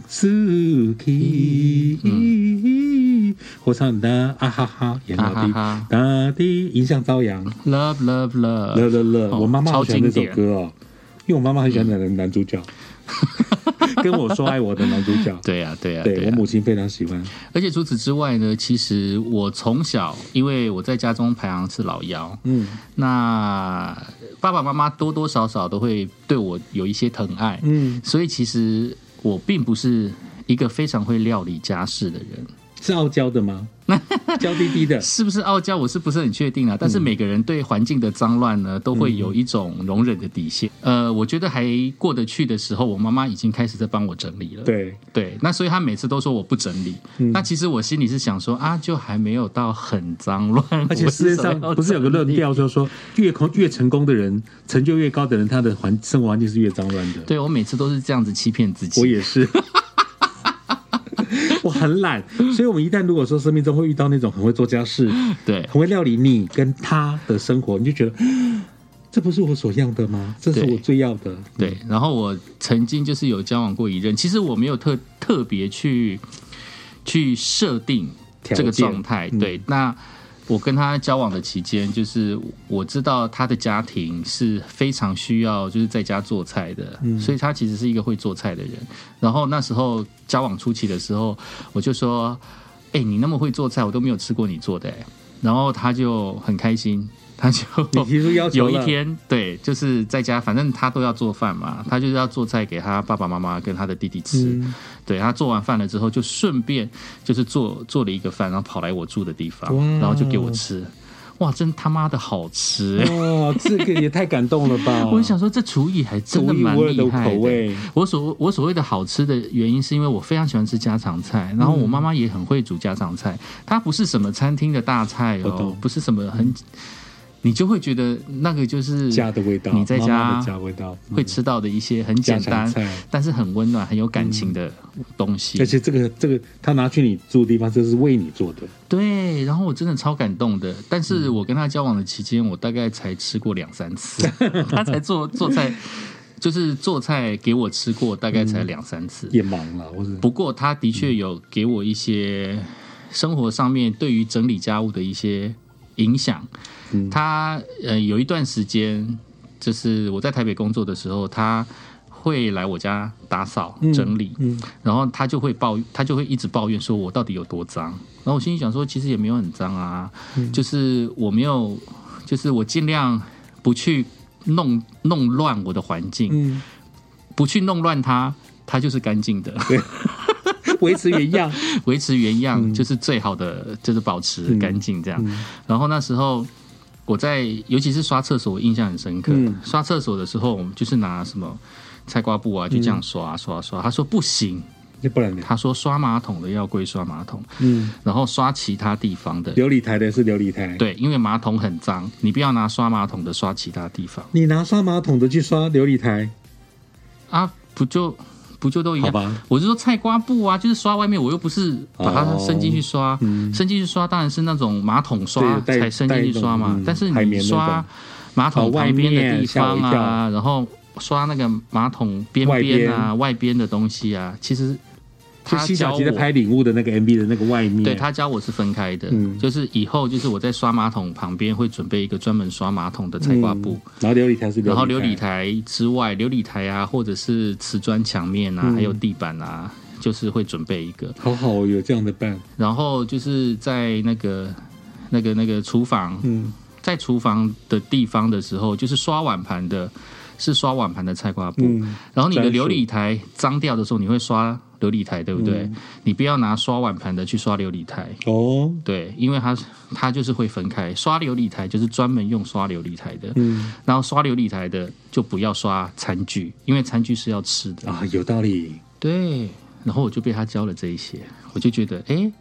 A: Suki，或唱哒啊哈哈，演老弟
B: 嗯啊哈哈
A: 哒滴，迎向朝阳，
B: Love Love Love，
A: 乐乐乐！
B: 哦
A: 我妈妈好喜欢那首
B: 超经典
A: 歌哦，因为我妈妈很喜欢男的男主 角，跟我说爱我的男主角，
B: 对呀、 对啊呀、
A: 对
B: 呀、
A: 我母亲非常喜欢。
B: 而且除此之外呢，其实我从小，因为我在家中排行是老幺，
A: 嗯
B: 那爸爸妈妈多多少少都会对我有一些疼爱，
A: 嗯，
B: 所以其实我并不是一个非常会料理家事的人。
A: 是傲娇的吗？娇滴滴 的，
B: 是不是傲娇，我是不是很确定啊？但是
A: 嗯
B: 每个人对环境的脏乱呢，都会有一种容忍的底线。呃，我觉得还过得去的时候，我妈妈已经开始在帮我整理了。
A: 对，嗯
B: 对，那所以她每次都说我不整理，那其实我心里是想说啊，就还没有到很脏乱。
A: 而且
B: 我
A: 世
B: 为
A: 界
B: 什么
A: 上
B: 要
A: 不是有个论
B: 整理？
A: 调，就是说越空越成功的人，成就越高的人，他的环生活环境是越脏乱的。
B: 对我每次都是这样子欺骗自己。
A: 我也 是。我很懒，所以我们一旦如果说生命中会遇到那种很会做家事、
B: 对
A: 很会料理你跟他的生活，你就觉得 嗯这不是我所要的吗？这是
B: 对哦
A: 我最要的。
B: 对，然后我曾经就是有交往过一任，其实我没有特特别去去设定这
A: 条
B: 个
A: 件
B: 状态。
A: 嗯
B: 对，那我跟他交往的期间，就是我知道他的家庭是非常需要就是在家做菜的，
A: 嗯
B: 所以他其实是一个会做菜的人。然后那时候交往初期的时候，我就说：“哎、你那么会做菜，我都没有吃过你做的、欸。”然后他就很开心，他就
A: 你提出要求
B: 有
A: 了
B: 一天，对，就是在家，反正他都要做饭嘛，他就是要做菜给他爸爸妈妈跟他的弟弟吃。
A: 嗯
B: 对他做完饭了之后，就顺便就是做做了一个饭，然后跑来我住的地方
A: 哇，
B: 然后就给我吃。哇，真他妈的好吃、欸！
A: 哇，哦这个也太感动了吧！
B: 我就想说，这厨艺还真的
A: 独一
B: 蛮
A: 无二的
B: 厉害
A: 口味
B: 我所我所谓的好吃的原因，是因为我非常喜欢吃家常菜，然后
A: 嗯
B: 我妈妈也很会煮家常菜。它不是什么餐厅的大菜
A: 我
B: 哦
A: 懂，嗯
B: 不是什么很，你就会觉得那个就是
A: 家的味道，
B: 你在
A: 妈妈
B: 家
A: 的家味道，嗯
B: 会吃到的一些很
A: 家
B: 简
A: 常
B: 单
A: 菜，嗯
B: 但是很温暖、很有感情的东西。
A: 而且这个这个他拿去你住的地方，这是为你做的。
B: 对，然后我真的超感动的。但是
A: 嗯
B: 我跟他交往的期间，我大概才吃过两三 次，他才做做菜，就是做菜给我吃过，大概才两三 次。
A: 也忙了，我是
B: 不过他的确有给我一些生活上面对于整理家务的一些影响。
A: 嗯
B: 他呃有一段时间，就是我在台北工作的时候，他会来我家打扫整理，
A: 嗯
B: 然后他就会抱，他就会一直抱怨说我到底有多脏。然后我心里想说，其实也没有很脏啊，
A: 嗯
B: 就是我没有，就是我尽量不去弄弄乱我的环境，
A: 嗯，
B: 不去弄乱它，它就是干净的。
A: 维持原 样，
B: 维持原样就是最好的，就是保持干净这样。然后那时候我在，尤其是刷厕所，我印象很深刻。
A: 嗯
B: 刷厕所的时候，我们就是拿什么菜瓜布啊，就这样刷、刷刷。他说不行，
A: 那不然呢？
B: 他说刷马桶的要归刷马桶，
A: 嗯，
B: 然后刷其他地方的。
A: 琉璃台的是琉璃台，
B: 对，因为马桶很脏，你不要拿刷马桶的刷其他地方
A: 你拿刷马桶的去刷琉璃台，
B: 啊，不就不就都一
A: 好
B: 样？
A: 吧？哦
B: 我是说菜瓜布啊，就是刷外面，我又不是把它伸进去刷，伸进去刷当然是那种马桶刷
A: 嗯对带
B: 才伸进去刷
A: 带那
B: 嘛。
A: 种嗯
B: 但是
A: 海绵
B: 你
A: 那种
B: 刷马
A: 哦
B: 桶
A: 外
B: 旁边的
A: 面
B: 地方
A: 吓我一跳
B: 啊，然后刷那个马桶边
A: 外边
B: 边啊、外边的东西啊，其实
A: 就
B: 他
A: 西
B: 教
A: 小
B: 我
A: 吉在拍《领悟》的那个 MV 的那个外面，
B: 对他教我是分开的，
A: 嗯
B: 就是以后就是我在刷马桶旁边会准备一个专门刷马桶的菜瓜布，
A: 嗯然后琉璃台是
B: 然后琉璃
A: 台，
B: 台之外，琉璃台啊，或者是瓷砖墙面啊，还有地板啊，就是会准备一个。
A: 好好哦有这样的伴，
B: 然后就是在那个、那个、那个厨房，
A: 嗯
B: 在厨房的地方的时候，就是刷碗盘的，是刷碗盘的菜瓜布。
A: 嗯，
B: 然后你的
A: 专属
B: 琉璃台脏掉的时候，你会刷琉璃台，对不对？你不要拿刷碗盘的去刷琉璃台，
A: 哦，
B: 对，因为它它就是会分开。刷琉璃台就是专门用刷琉璃台的，
A: 嗯
B: 然后刷琉璃台的就不要刷餐具，因为餐具是要吃的。
A: 啊，有道理，
B: 对，然后我就被他教了这一些，我就觉得，哎，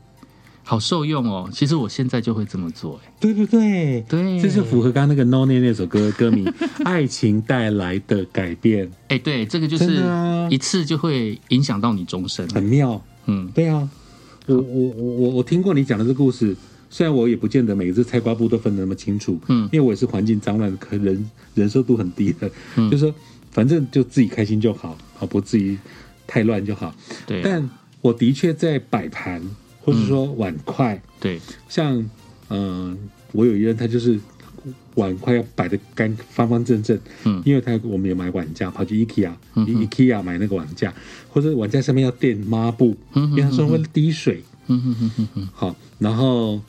B: 好受用哦。其实我现在就会这么做，哎，
A: 对不对？
B: 对
A: 这是符合刚刚那个 No n a 那首歌歌 名《爱情带来的改变》，
B: 哎，对，这个就
A: 真
B: 是
A: 的啊
B: 一次就会影响到你终身。
A: 很妙。
B: 嗯，
A: 对啊，我我我我我听过你讲的这故事，虽然我也不见得每一只菜瓜布都分得那么清楚，
B: 嗯
A: 因为我也是环境脏乱，可人忍受度很低的，嗯、就是说反正就自己开心就好，好不至于太乱就好。
B: 对啊，
A: 但我的确在摆盘或者说碗筷，
B: 对，
A: 像嗯、呃我有一任他就是。碗筷要摆的干方方正正，
B: 嗯
A: 因为他我们也买碗架，跑去 IKEA，、
B: 嗯哼
A: IKEA 买那个碗架，或者碗架上面要垫抹布，
B: 嗯哼
A: 因为他说会滴水，
B: 嗯哼哼哼哼
A: 好，然后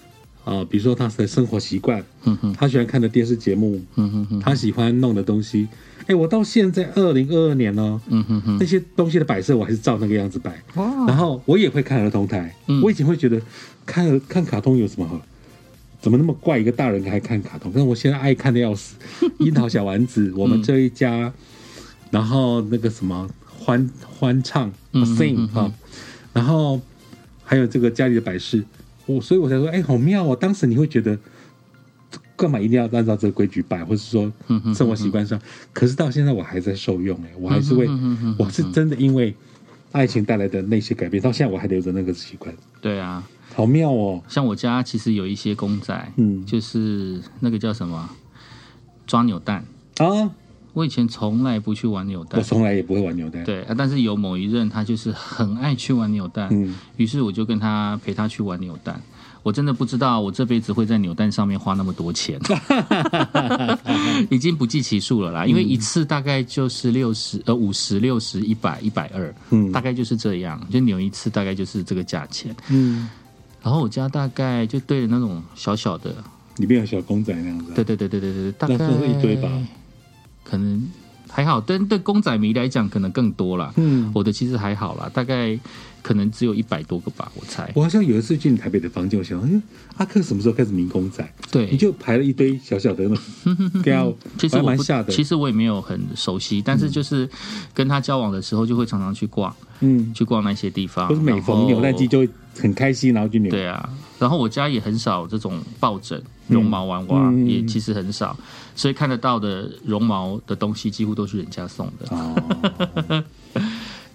A: 呃，比如说他的生活习惯，
B: 哼嗯哼
A: 他喜欢看的电视节目，
B: 嗯哼哼
A: 他喜欢弄的东西。哎，我到现在二零二二年哦，
B: 嗯哼哼，
A: 那些东西的摆设我还是照那个样子摆。然
B: 哇，
A: 后我也会看儿童台，
B: 哦嗯
A: 我以前会觉得看看卡通有什么好？怎么那么怪？一个大人还看卡通？但我现在爱看的要 死，《樱桃小丸子》，
B: 嗯
A: 我们这一家，然后那个什么欢欢唱、
B: 嗯
A: sing
B: 嗯嗯
A: 啊，然后还有这个家里的摆饰，我所以我才说，哎、好妙哦！当时你会觉得。干嘛一定要按照这个规矩摆，或是说
B: 嗯嗯
A: 生活习惯上？可是到现在我还在受用、哎，我还是会
B: 嗯嗯嗯嗯，
A: 我是真的因为爱情带来的那些改变，到现在我还留着那个习惯，
B: 对啊，
A: 好妙哦！
B: 像我家其实有一些公仔，
A: 嗯
B: 就是那个叫什么抓扭蛋，
A: 啊，
B: 我以前从来不去玩扭
A: 我
B: 蛋，
A: 从来也不会玩扭蛋，
B: 对、啊但是有某一任他就是很爱去玩扭蛋，
A: 嗯
B: 于是我就跟他陪他去玩扭蛋。我真的不知道我这辈子会在扭蛋上面花那么多钱， 已经不计其数了啦。因为
A: 嗯
B: 一次大概就是六十呃五十六十一百一百二，
A: 嗯
B: 大概就是这样，就扭一次大概就是这个价钱。
A: 嗯，
B: 然后我家大概就对着那种小小的，
A: 里面有小公仔那样子啊，
B: 对对对对对对，大概
A: 那算是一堆吧，
B: 可能还好，但对公仔迷来讲可能更多啦。
A: 嗯，
B: 我的其实还好啦，大概可能只有一百多个吧，我猜。
A: 我好像有一次进台北的房间，我想，嗯，阿克什么时候开始迷公仔？你
B: 对，
A: 就排了一堆小小的那 种，给我
B: 其实
A: 还
B: 我
A: 蛮
B: 不
A: 吓，的，
B: 其实我也没有很熟悉，但是就是跟他交往的时候，就会常常去逛，
A: 嗯，
B: 去逛那些地方。
A: 不是每
B: 然
A: 逢
B: 后
A: 扭蛋机就会很开心，然后就扭，
B: 对啊，然后我家也很少这种抱枕、绒毛娃娃，
A: 嗯嗯嗯
B: 也其实很少，所以看得到的绒毛的东西几乎都是人家送的。
A: 哦，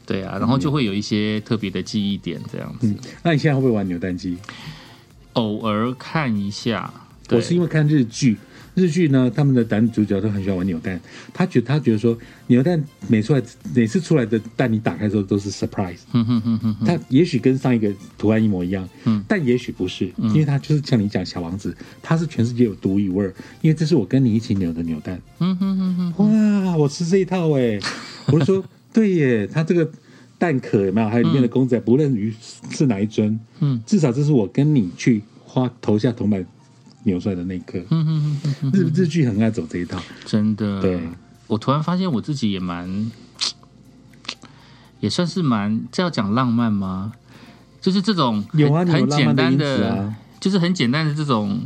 B: 对啊，然后就会有一些特别的记忆点这样子，
A: 嗯，那你现在会不会玩扭蛋机？
B: 偶尔看一下。对
A: 我是因为看日剧，日剧呢，他们的男主角都很喜欢玩扭蛋，他觉得他觉得说扭蛋每出来每次出来的蛋你打开之后都是 surprise，
B: 哼嗯哼哼哼哼
A: 它也许跟上一个图案一模一样，
B: 嗯
A: 但也许不是，因为它就是像你讲小王子，它是全世界有独一无二，因为这是我跟你一起扭的扭蛋，
B: 嗯哼哼哼，
A: 哇，我吃这一套 哎、我就说对耶，它这个蛋壳有没有，还有里面的公仔，不论于是哪一尊，
B: 嗯，
A: 至少这是我跟你去花投下铜板扭出来的那一刻，
B: 嗯哼哼哼哼，
A: 日日剧很爱走这一套，
B: 真的。
A: 对，
B: 我突然发现我自己也蛮，也算是蛮，这要讲浪漫吗？就是这种很
A: 有啊，你有
B: 很
A: 浪
B: 简
A: 漫
B: 单
A: 因子啊，
B: 就是很简单的这种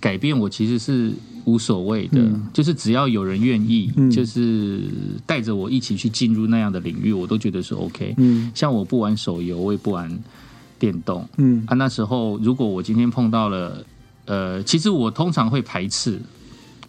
B: 改变，我其实是无所谓的，
A: 嗯
B: 就是只要有人愿意，
A: 嗯
B: 就是带着我一起去进入那样的领域，我都觉得是 OK。
A: 嗯
B: 像我不玩手游，我也不玩电动
A: 嗯
B: 啊。那时候如果我今天碰到了，呃，其实我通常会排斥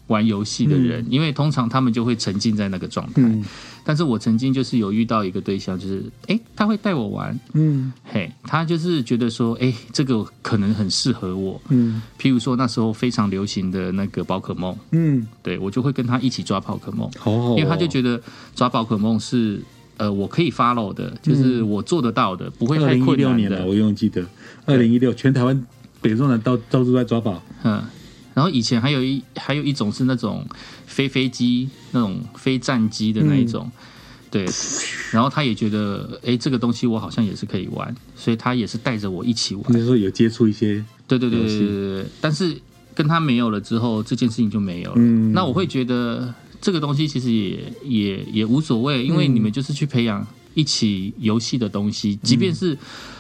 B: 玩游戏的人，因为通常他们就会沉浸在那个状态。
A: 嗯
B: 但是我曾经就是有遇到一个对象，就是诶，他会带我玩，
A: 嗯
B: 嘿，他就是觉得说，诶，这个可能很适合我。
A: 嗯
B: 譬如说那时候非常流行的那个宝可梦，
A: 嗯，
B: 对我就会跟他一起抓宝可梦，
A: 好好哦，
B: 因为他就觉得抓宝可梦是呃我可以 follow 的，就是我做得到的，不会
A: 嗯二
B: 太
A: 零一
B: 困
A: 六
B: 难
A: 年了，
B: 的。
A: 我永远记得，二零一六全台湾北中南到到处都在抓宝，
B: 嗯，然后以前还有一还有一种是那种飞飞机那种飞战机的那一种。对，然后他也觉得，诶，这个东西我好像也是可以玩，所以他也是带着我一起玩。
A: 那时候有接触一些，
B: 对对对
A: 游
B: 对
A: 戏
B: 对对对，但是跟他没有了之后，这件事情就没有了。
A: 嗯
B: 那我会觉得这个东西其实也也也无所谓，因为你们就是去培养一起游戏的东西，即便
A: 嗯
B: 是。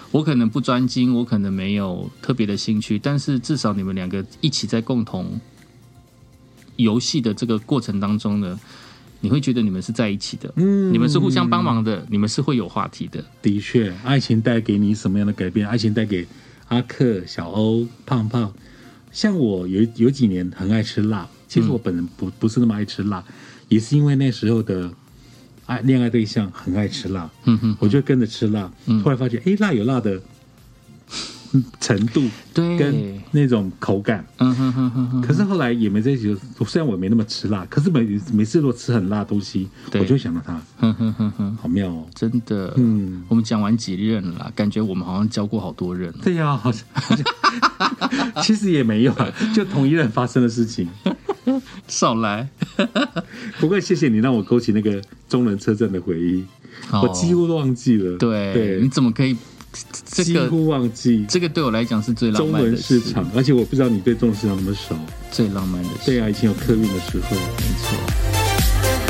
B: 我可能不专精，我可能没有特别的兴趣，但是至少你们两个一起在共同游戏的这个过程当中呢，你会觉得你们是在一起的，
A: 嗯
B: 你们是互相帮忙的，你们是会有话题的，
A: 的确，爱情带给你什么样的改变？爱情带给阿克、小欧、胖胖，像我有有几年很爱吃辣，其实我本人不不是那么爱吃
B: 嗯
A: 辣，也是因为那时候的爱恋爱对象很爱吃辣，
B: 嗯哼，
A: 我就跟着吃辣，
B: 嗯
A: 突然发觉，哎，辣有辣的嗯程度
B: 对，
A: 跟那种口感。
B: 嗯哼哼哼哼，
A: 可是后来也没在一起，虽然我没那么吃辣，可是每每次如果吃很辣的东西，我
B: 对
A: 就会想到它，
B: 哼哼哼哼，
A: 好妙哦。
B: 真的，
A: 嗯，
B: 我们讲完几任了啦，感觉我们好像教过好多人哦。
A: 对呀、好像 其实也没有啊，就同一任发生的事情。
B: 少来，
A: 不过谢谢你让我勾起那个中仑车站的回忆，我几乎都忘记了。
B: 哦对，你
A: 对，
B: 怎么可以？这
A: 几
B: 个
A: 乎忘记
B: 这个对我来讲是最浪
A: 中
B: 漫
A: 仑
B: 的
A: 市
B: 事，
A: 场，而且我不知道你对中仑市场那么熟。
B: 最浪漫的事，
A: 对啊，以前有客运的时候。
B: 没错。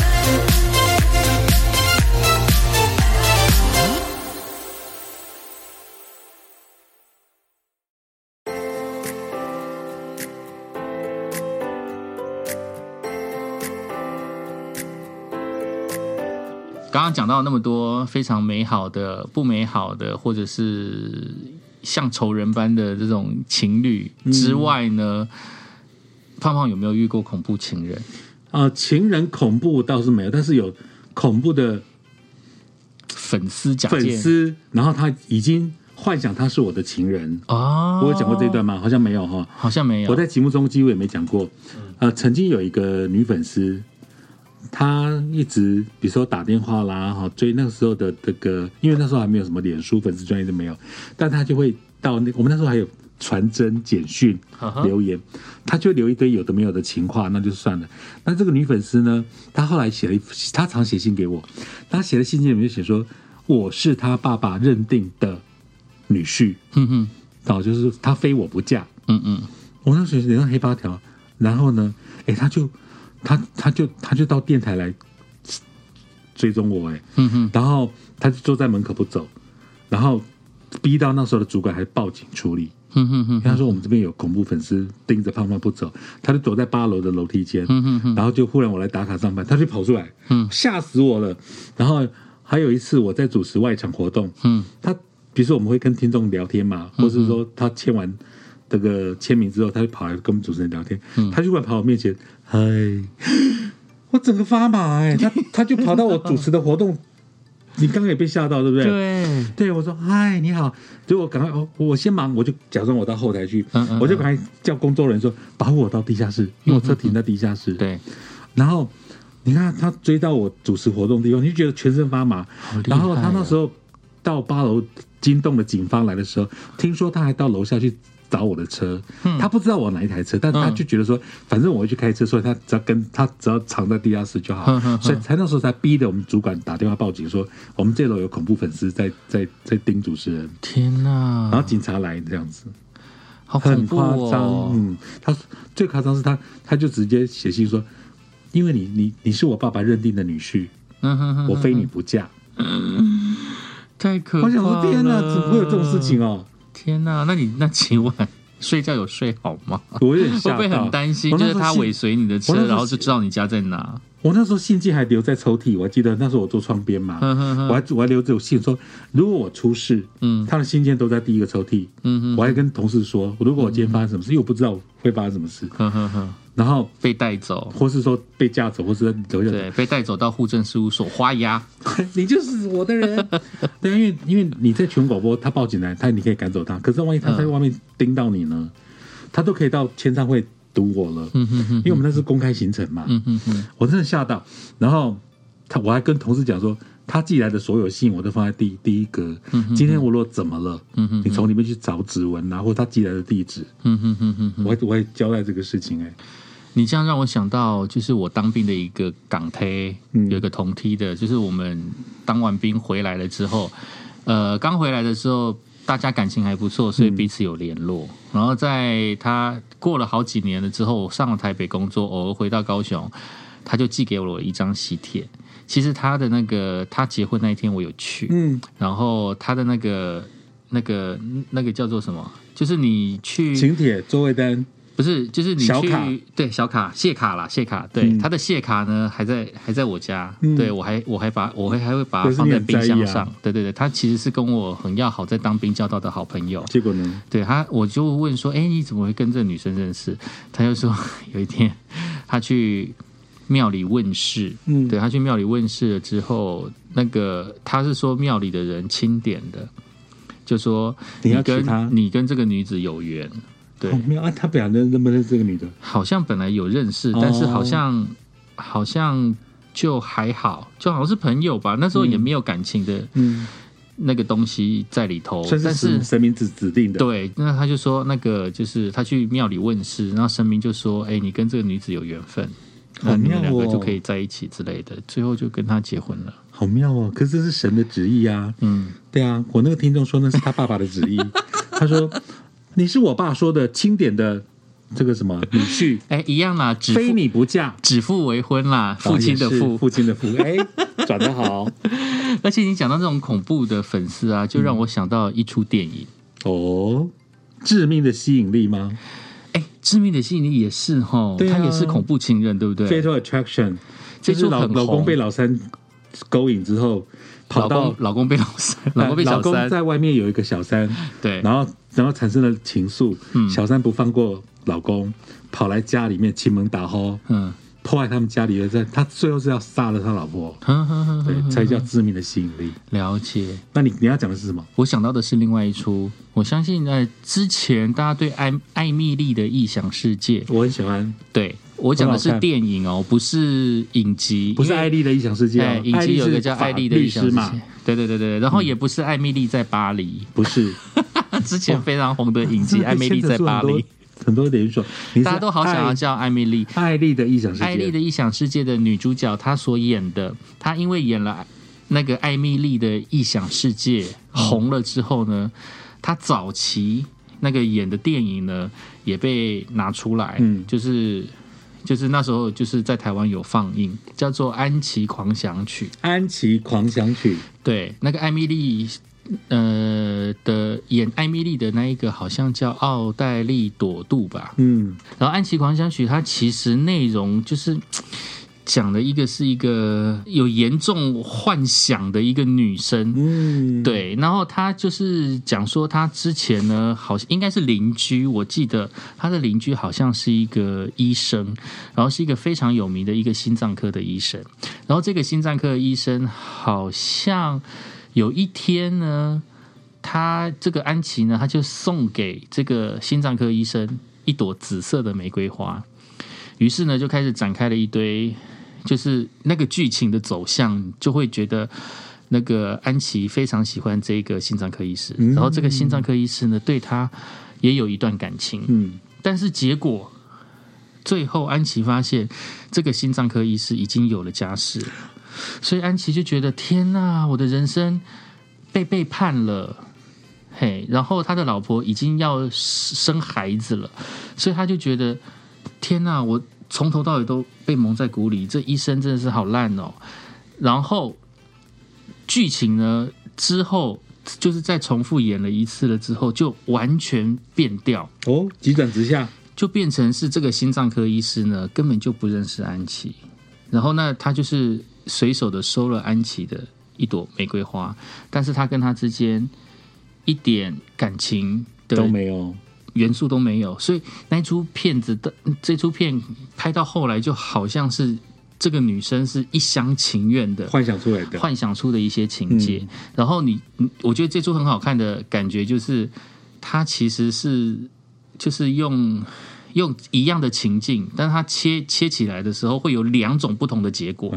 B: 刚刚讲到那么多非常美好的、不美好的，或者是像仇人般的这种情侣
A: 嗯
B: 之外呢，胖胖有没有遇过恐怖情人？
A: 啊、情人恐怖倒是没有，但是有恐怖的
B: 粉丝假
A: 粉
B: 借
A: 丝，然后他已经幻想他是我的情人。
B: 啊，
A: 我有讲过这一，段吗？好像没有哈。
B: 好像没有。
A: 我在节目中几乎也没讲过。呃，曾经有一个女粉丝，她一直比如说打电话啦，哈，追那个时候的这个，因为那时候还没有什么脸书粉丝专业都没有，但她就会到那我们那时候还有传真、简讯
B: 嗯哼
A: 留言，她就留一堆有的没有的情话，那就算了。那这个女粉丝呢，她后来写了一，她常写信给我，她写的信件里面就写说我是她爸爸认定的女婿，
B: 哼哼，
A: 哦，就是她非我不嫁。
B: 嗯嗯，
A: 我那时候脸上黑八条，然后呢，哎、他就他他就他就到电台来追踪我、哎，
B: 嗯哼，
A: 然后他就坐在门口不走，然后逼到那时候的主管还报警处理，
B: 哼嗯哼哼，
A: 因为他说我们这边有恐怖粉丝盯着胖胖不走，他就躲在八楼的楼梯间，
B: 嗯哼哼，
A: 然后就忽然我来打卡上班，他就跑出来，
B: 嗯
A: 吓死我了。然后还有一次我在主持外场活动，
B: 嗯，
A: 他比如说我们会跟听众聊天嘛，或是说他签完这个签名之后，他就跑来跟我们主持人聊天，
B: 嗯
A: 他就会跑我面前，嗨，我整个发麻哎、他他就跑到我主持的活动，你刚刚也被吓到对不对？
B: 对，
A: 对，我说嗨，你好，结果赶快哦，我先忙，我就假装我到后台去，
B: 嗯嗯
A: 我就赶快叫工作人员说把我到地下室，因为我车停在地下室。
B: 对，
A: 然后你看他追到我主持活动的地方，你就觉得全身发麻。
B: 厉害
A: 然后他那
B: 哦
A: 时候到八楼惊动了警方来的时候，听说他还到楼下去。找我的车，他不知道我哪一台车，但他
B: 嗯
A: 就觉得说，反正我会去开车，所以他只要跟他只要藏在地下室就好，
B: 哼哼哼
A: 所以才那时候才逼得我们主管打电话报警说，我们这楼有恐怖粉丝在在在盯主持人，
B: 天哪，
A: 然后警察来这样子，
B: 好恐
A: 很
B: 怖
A: 夸张。
B: 哦，
A: 嗯，他最夸张是他，他就直接写信说，因为你你你是我爸爸认定的女婿，
B: 嗯嗯哼哼，
A: 我非你不嫁。
B: 太可
A: 我
B: 怕了！
A: 想说，天哪，怎么会有这种事情？哦？
B: 天哪，那你那 请问睡觉有睡好吗？
A: 我有点
B: 会
A: 吓
B: 不会
A: 到，
B: 很担心？
A: 我
B: 就
A: 那时
B: 是
A: 候
B: 他
A: 信
B: 尾随你的
A: 我那时
B: 车，
A: 候
B: 然后
A: 信
B: 就知道你家在哪。
A: 我那时候信件还留在抽屉，我还记得那时候我做窗边嘛，
B: 嗯哼哼
A: 我还我还留着有信说，如果我出事，
B: 嗯
A: 他的信件都在第一个抽�屉。
B: 嗯哼，
A: 我还跟同事说，如果我今天发生什么事，因为我不知道会发生什么事，
B: 哼哼哼，
A: 然后
B: 被带走，
A: 或是说被架走，或是在留下
B: 对，被带走到户政事务所花押。
A: 你就是我的人。 对，因为因为你在全广播，他报警来，他你可以赶走他。可是万一他在外面盯到你呢？他都可以到签唱会堵我了。
B: 嗯哼哼，
A: 因为我们那是公开行程嘛，
B: 嗯哼哼，
A: 我真的吓到。然后他我还跟同事讲说，他寄来的所有信我都放在第第一格。今天我若怎么了，
B: 嗯哼
A: 你从里面去找指纹啊，或者他寄来的地址，
B: 嗯哼哼哼哼，
A: 我还我还交代这个事情哎、
B: 你这样让我想到，就是我当兵的一个港梯，
A: 嗯
B: 有一个同梯的，就是我们当完兵回来了之后，呃，刚回来的时候大家感情还不错，所以彼此有联络。
A: 嗯
B: 然后在他过了好几年了之后，我上了台北工作，偶尔回到高雄，他就寄给我一张喜帖。其实他的那个他结婚那一天我有去，
A: 嗯，
B: 然后他的那个那个那个叫做什么？就是你去
A: 请帖座位单，
B: 不是，就是你去
A: 小卡嗯
B: 对小卡谢卡啦，谢卡对、他的谢卡呢，还在还在我家，对我还我还把我还还会把它
A: 可是
B: 放
A: 你
B: 在
A: 很
B: 冰
A: 在意
B: 箱
A: 啊
B: 上，对对对，他其实是跟我很要好，在当兵交到的好朋友，
A: 结果呢？
B: 对他，我就问说：“哎、你怎么会跟这女生认识？”他就说：“ 有一天，他去庙里问事，
A: 嗯
B: 对他去庙里问事了之后，那个他是说庙里的人钦点的，就说
A: 你要娶
B: 跟
A: 她
B: 你跟这个女子有缘，对，
A: 哦、没有啊，他本来认认不认识这个女的？
B: 好像本来有认识，
A: 哦
B: 但是好像、好像就还好，就好像是朋友吧，那时候也没有感情的
A: 嗯，
B: 那个东西在里头，
A: 算
B: 哦但
A: 是
B: 是
A: 神神明指指定的。
B: 对，那他就说那个就是他去庙里问事，然后神明就说：“哎、你跟这个女子有缘分，那
A: 好
B: 你
A: 妙
B: 们两个
A: 哦
B: 就可以在一起之类的。”最后就跟他结婚了。
A: 好妙哦！可是这是神的旨意啊。
B: 嗯，
A: 对啊，我那个听众说那是他爸爸的旨 意，他说你是我爸说的钦点的这个什 么女婿，
B: 哎、一样啦，指
A: 非
B: 腹
A: 你不嫁。
B: 指腹为婚啦，父亲的
A: 哦也是
B: 父。
A: 父亲的 父，哎，转得好
B: 而且你讲到这种恐怖的粉丝啊，就让我想到一出电影，
A: 哦！致命的吸引力吗
B: 哎、致命的吸引力》也是哈，
A: 对啊
B: 他也是恐怖情人，对不对？
A: ？Fatal Attraction，
B: 这
A: 就是
B: 出
A: 老
B: 很
A: 老公
B: 红
A: 被老三勾引之后，跑
B: 老
A: 到哎
B: 公老公被老 三，老公被小
A: 老公
B: 三，
A: 在外面有一个小三，
B: 对，
A: 然后然后产生了情愫，
B: 嗯
A: 小三不放过老公，跑来家里面亲门打吼，
B: 嗯，
A: 破坏他们家里的这，他最后是要杀了他老婆，
B: 哼哼哼
A: 对，
B: 哼
A: 才叫致命的吸引力。
B: 了解。
A: 那你你要讲的是什么？
B: 我想到的是另外一出，我相信呃，之前大家对艾艾米丽的异想世界，
A: 我很喜欢，
B: 对我讲的
A: 很
B: 是
A: 好看
B: 电影哦，不是影集，
A: 不是艾
B: 丽。
A: 丽的异想世界
B: 哎
A: 哦，，
B: 影
A: 艾
B: 集
A: 丽
B: 有
A: 是
B: 个叫
A: 法
B: 艾丽的异
A: 律嗯
B: 想
A: 师
B: 世界
A: 嘛，，
B: 对对对对，然后也不是艾米丽在巴黎，
A: 不 是，
B: 之前非常红的影集《艾米丽在巴黎》，
A: 很多连锁，你是
B: 大家都好想要
A: 艾
B: 叫艾米丽。
A: 艾丽的异想世界，
B: 艾丽的异想世界的女主角，她所演的，她因为演了那个艾米丽的异想世界
A: 嗯
B: 红了之后呢，她早期那个演的电影呢也被拿出来，
A: 嗯
B: 就是就是那时候就是在台湾有放映，叫做《安琪狂想曲》。
A: 安琪狂想曲，
B: 对，那个艾米丽，呃的演艾米丽的那一个好像叫奥黛丽朵杜吧，
A: 嗯，
B: 然后《安琪狂想曲》它其实内容就是讲的一个是一个有严重幻想的一个女生。
A: 嗯，
B: 对，然后她就是讲说，她之前呢，好像应该是邻居，我记得她的邻居好像是一个医生，然后是一个非常有名的一个心脏科的医生，然后这个心脏科的医生好像有一天呢，他这个安琪呢，他就送给这个心脏科医生一朵紫色的玫瑰花，于是呢，就开始展开了一堆，就是那个剧情的走向，就会觉得。那个安琪非常喜欢这个心脏科医师，然后这个心脏科医师呢，对他也有一段感情，
A: 嗯，
B: 但是结果最后安琪发现，这个心脏科医师已经有了家室了，所以安琪就觉得天呐，我的人生被背叛了。嘿，然后他的老婆已经要生孩子了，所以他就觉得天呐，我从头到尾都被蒙在鼓里，这医生真的是好烂哦。然后剧情呢之后就是再重复演了一次了之后，就完全变调。
A: 哦，急转直下，
B: 就变成是这个心脏科医师呢，根本就不认识安琪，然后呢，他就是随手的收了安琪的一朵玫瑰花，但是他跟他之间一点感情
A: 都
B: 的
A: 没有，
B: 元素都没有，所以那一出片子的这出片拍到后来，就好像是这个女生是一厢情愿的，
A: 幻想出来的，
B: 幻想出的一些情节。然后你，你我觉得这出很好看的感觉就是，它其实是就是用用一样的情境，但它切切起来的时候会有两种不同的结果。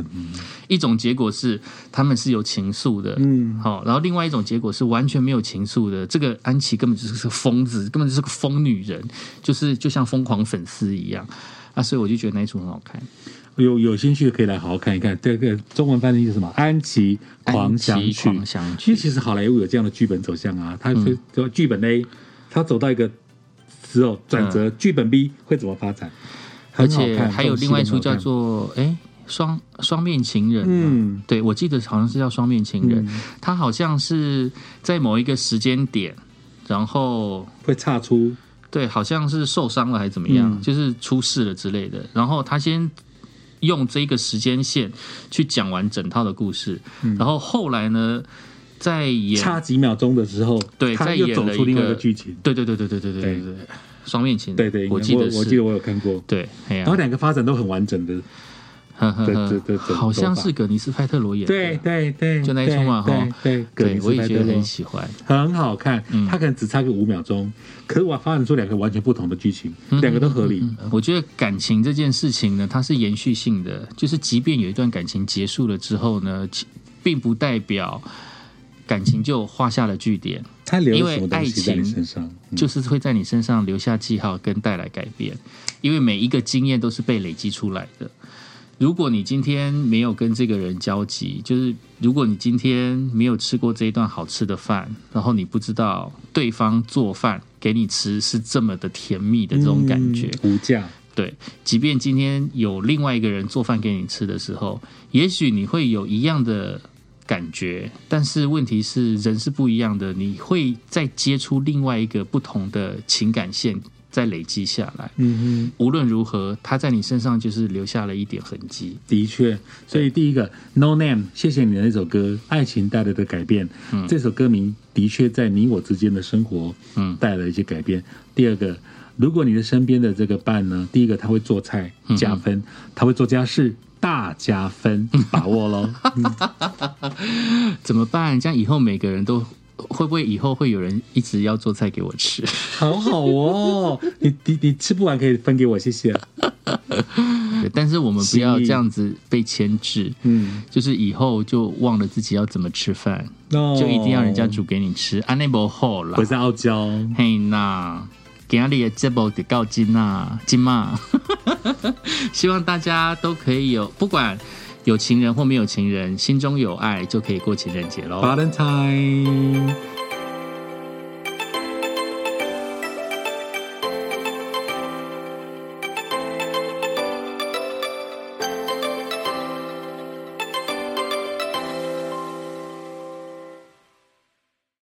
B: 一种结果是他们是有情愫的，
A: 嗯，
B: 好，然后另外一种结果是完全没有情愫的。这个安琪根本就是个疯子，根本就是个疯女人，就是就像疯狂粉丝一样。啊，所以我就觉得那一出很好看，
A: 有有兴趣可以来好好看一看。这个中文翻译是什么？安琪狂想
B: 安琪
A: 曲
B: 狂。想
A: 其
B: 曲嗯
A: 实，其实好莱坞有这样的剧本走向啊，它就就剧本 A，它走到一个只有转折，剧本 B 会怎么发展？
B: 嗯而
A: 很好
B: 且
A: 看
B: 还有另外一出叫……
A: 这种戏
B: 做哎双双面情人，
A: 都很好看
B: 嗯，
A: 嗯，
B: 对我记得好像是叫双面情人
A: 嗯，
B: 他、好像是在某一个时间点，然后
A: 会岔出
B: 对，好像是受伤了还是怎么样，
A: 嗯
B: 就是出事了之类的。然后他先用这个时间线去讲完整套的故事，然后后来呢，再演
A: 差几秒钟的时候，
B: 对
A: 他
B: 再
A: 又
B: 演
A: 走
B: 了
A: 出
B: 一
A: 另外一
B: 个
A: 个剧情。
B: 对对对对对对对对对，双面情，
A: 对对，
B: 我
A: 我
B: 记得
A: 我
B: 是
A: 记得我有看过。
B: 对，哎呀
A: 然后两个发展都很完整的，
B: 呵呵
A: 对
B: 呵
A: 对对对
B: 好像
A: 走
B: 是葛尼斯派特罗演的，
A: 对对对，
B: 就那一出嘛
A: 对
B: 哈
A: 对，对葛
B: 对，
A: 林斯
B: 我也
A: 派
B: 觉得
A: 特
B: 很
A: 罗
B: 喜欢，
A: 很好看，它可能只差个五秒钟，可是我发展出两个完全不同的剧情，两个都合理。
B: 我觉得感情这件事情呢，它是延续性的，就是即便有一段感情结束了之后呢，其并不代表感情就画下了句点，
A: 它留
B: 因
A: 了
B: 为
A: 什么东西在
B: 爱
A: 你
B: 情
A: 身上？嗯
B: 就是会在你身上留下记号跟带来改变，因为每一个经验都是被累积出来的。如果你今天没有跟这个人交集，就是如果你今天没有吃过这一顿好吃的饭，然后你不知道对方做饭给你吃是这么的甜蜜的这种感觉，
A: 嗯无价。
B: 对，即便今天有另外一个人做饭给你吃的时候，也许你会有一样的感觉，但是问题是人是不一样的，你会再接触另外一个不同的情感线，再累积下来。
A: 嗯哼，
B: 无论如何，他在你身上就是留下了一点痕迹。
A: 的确。所以第一个《No Name》，谢谢你的那首歌《爱情带来的改变》，这首歌名的确在你我之间的生活，
B: 嗯
A: 带来一些改变。第二个，如果你的身边的这个伴呢，第一个他会做菜加分，他会做家事大加分，把握喽。
B: 怎么办？这样以后每个人都会不会以后会有人一直要做菜给我吃？
A: 好好哦，你你你吃不完可以分给我，谢谢。
B: 对但是我们不要
A: 是
B: 这样子被牵制，
A: 嗯，
B: 就是以后就忘了自己要怎么吃饭。
A: 那
B: 就一定要人家，煮给你吃，安内无好啦
A: 我。哦是傲娇。
B: 嘿呐，今日的节目就到今啦，今嘛， 希望大家都可以有，不管有情人或没有情人，心中有爱就可以过情人节喽。
A: Valentine，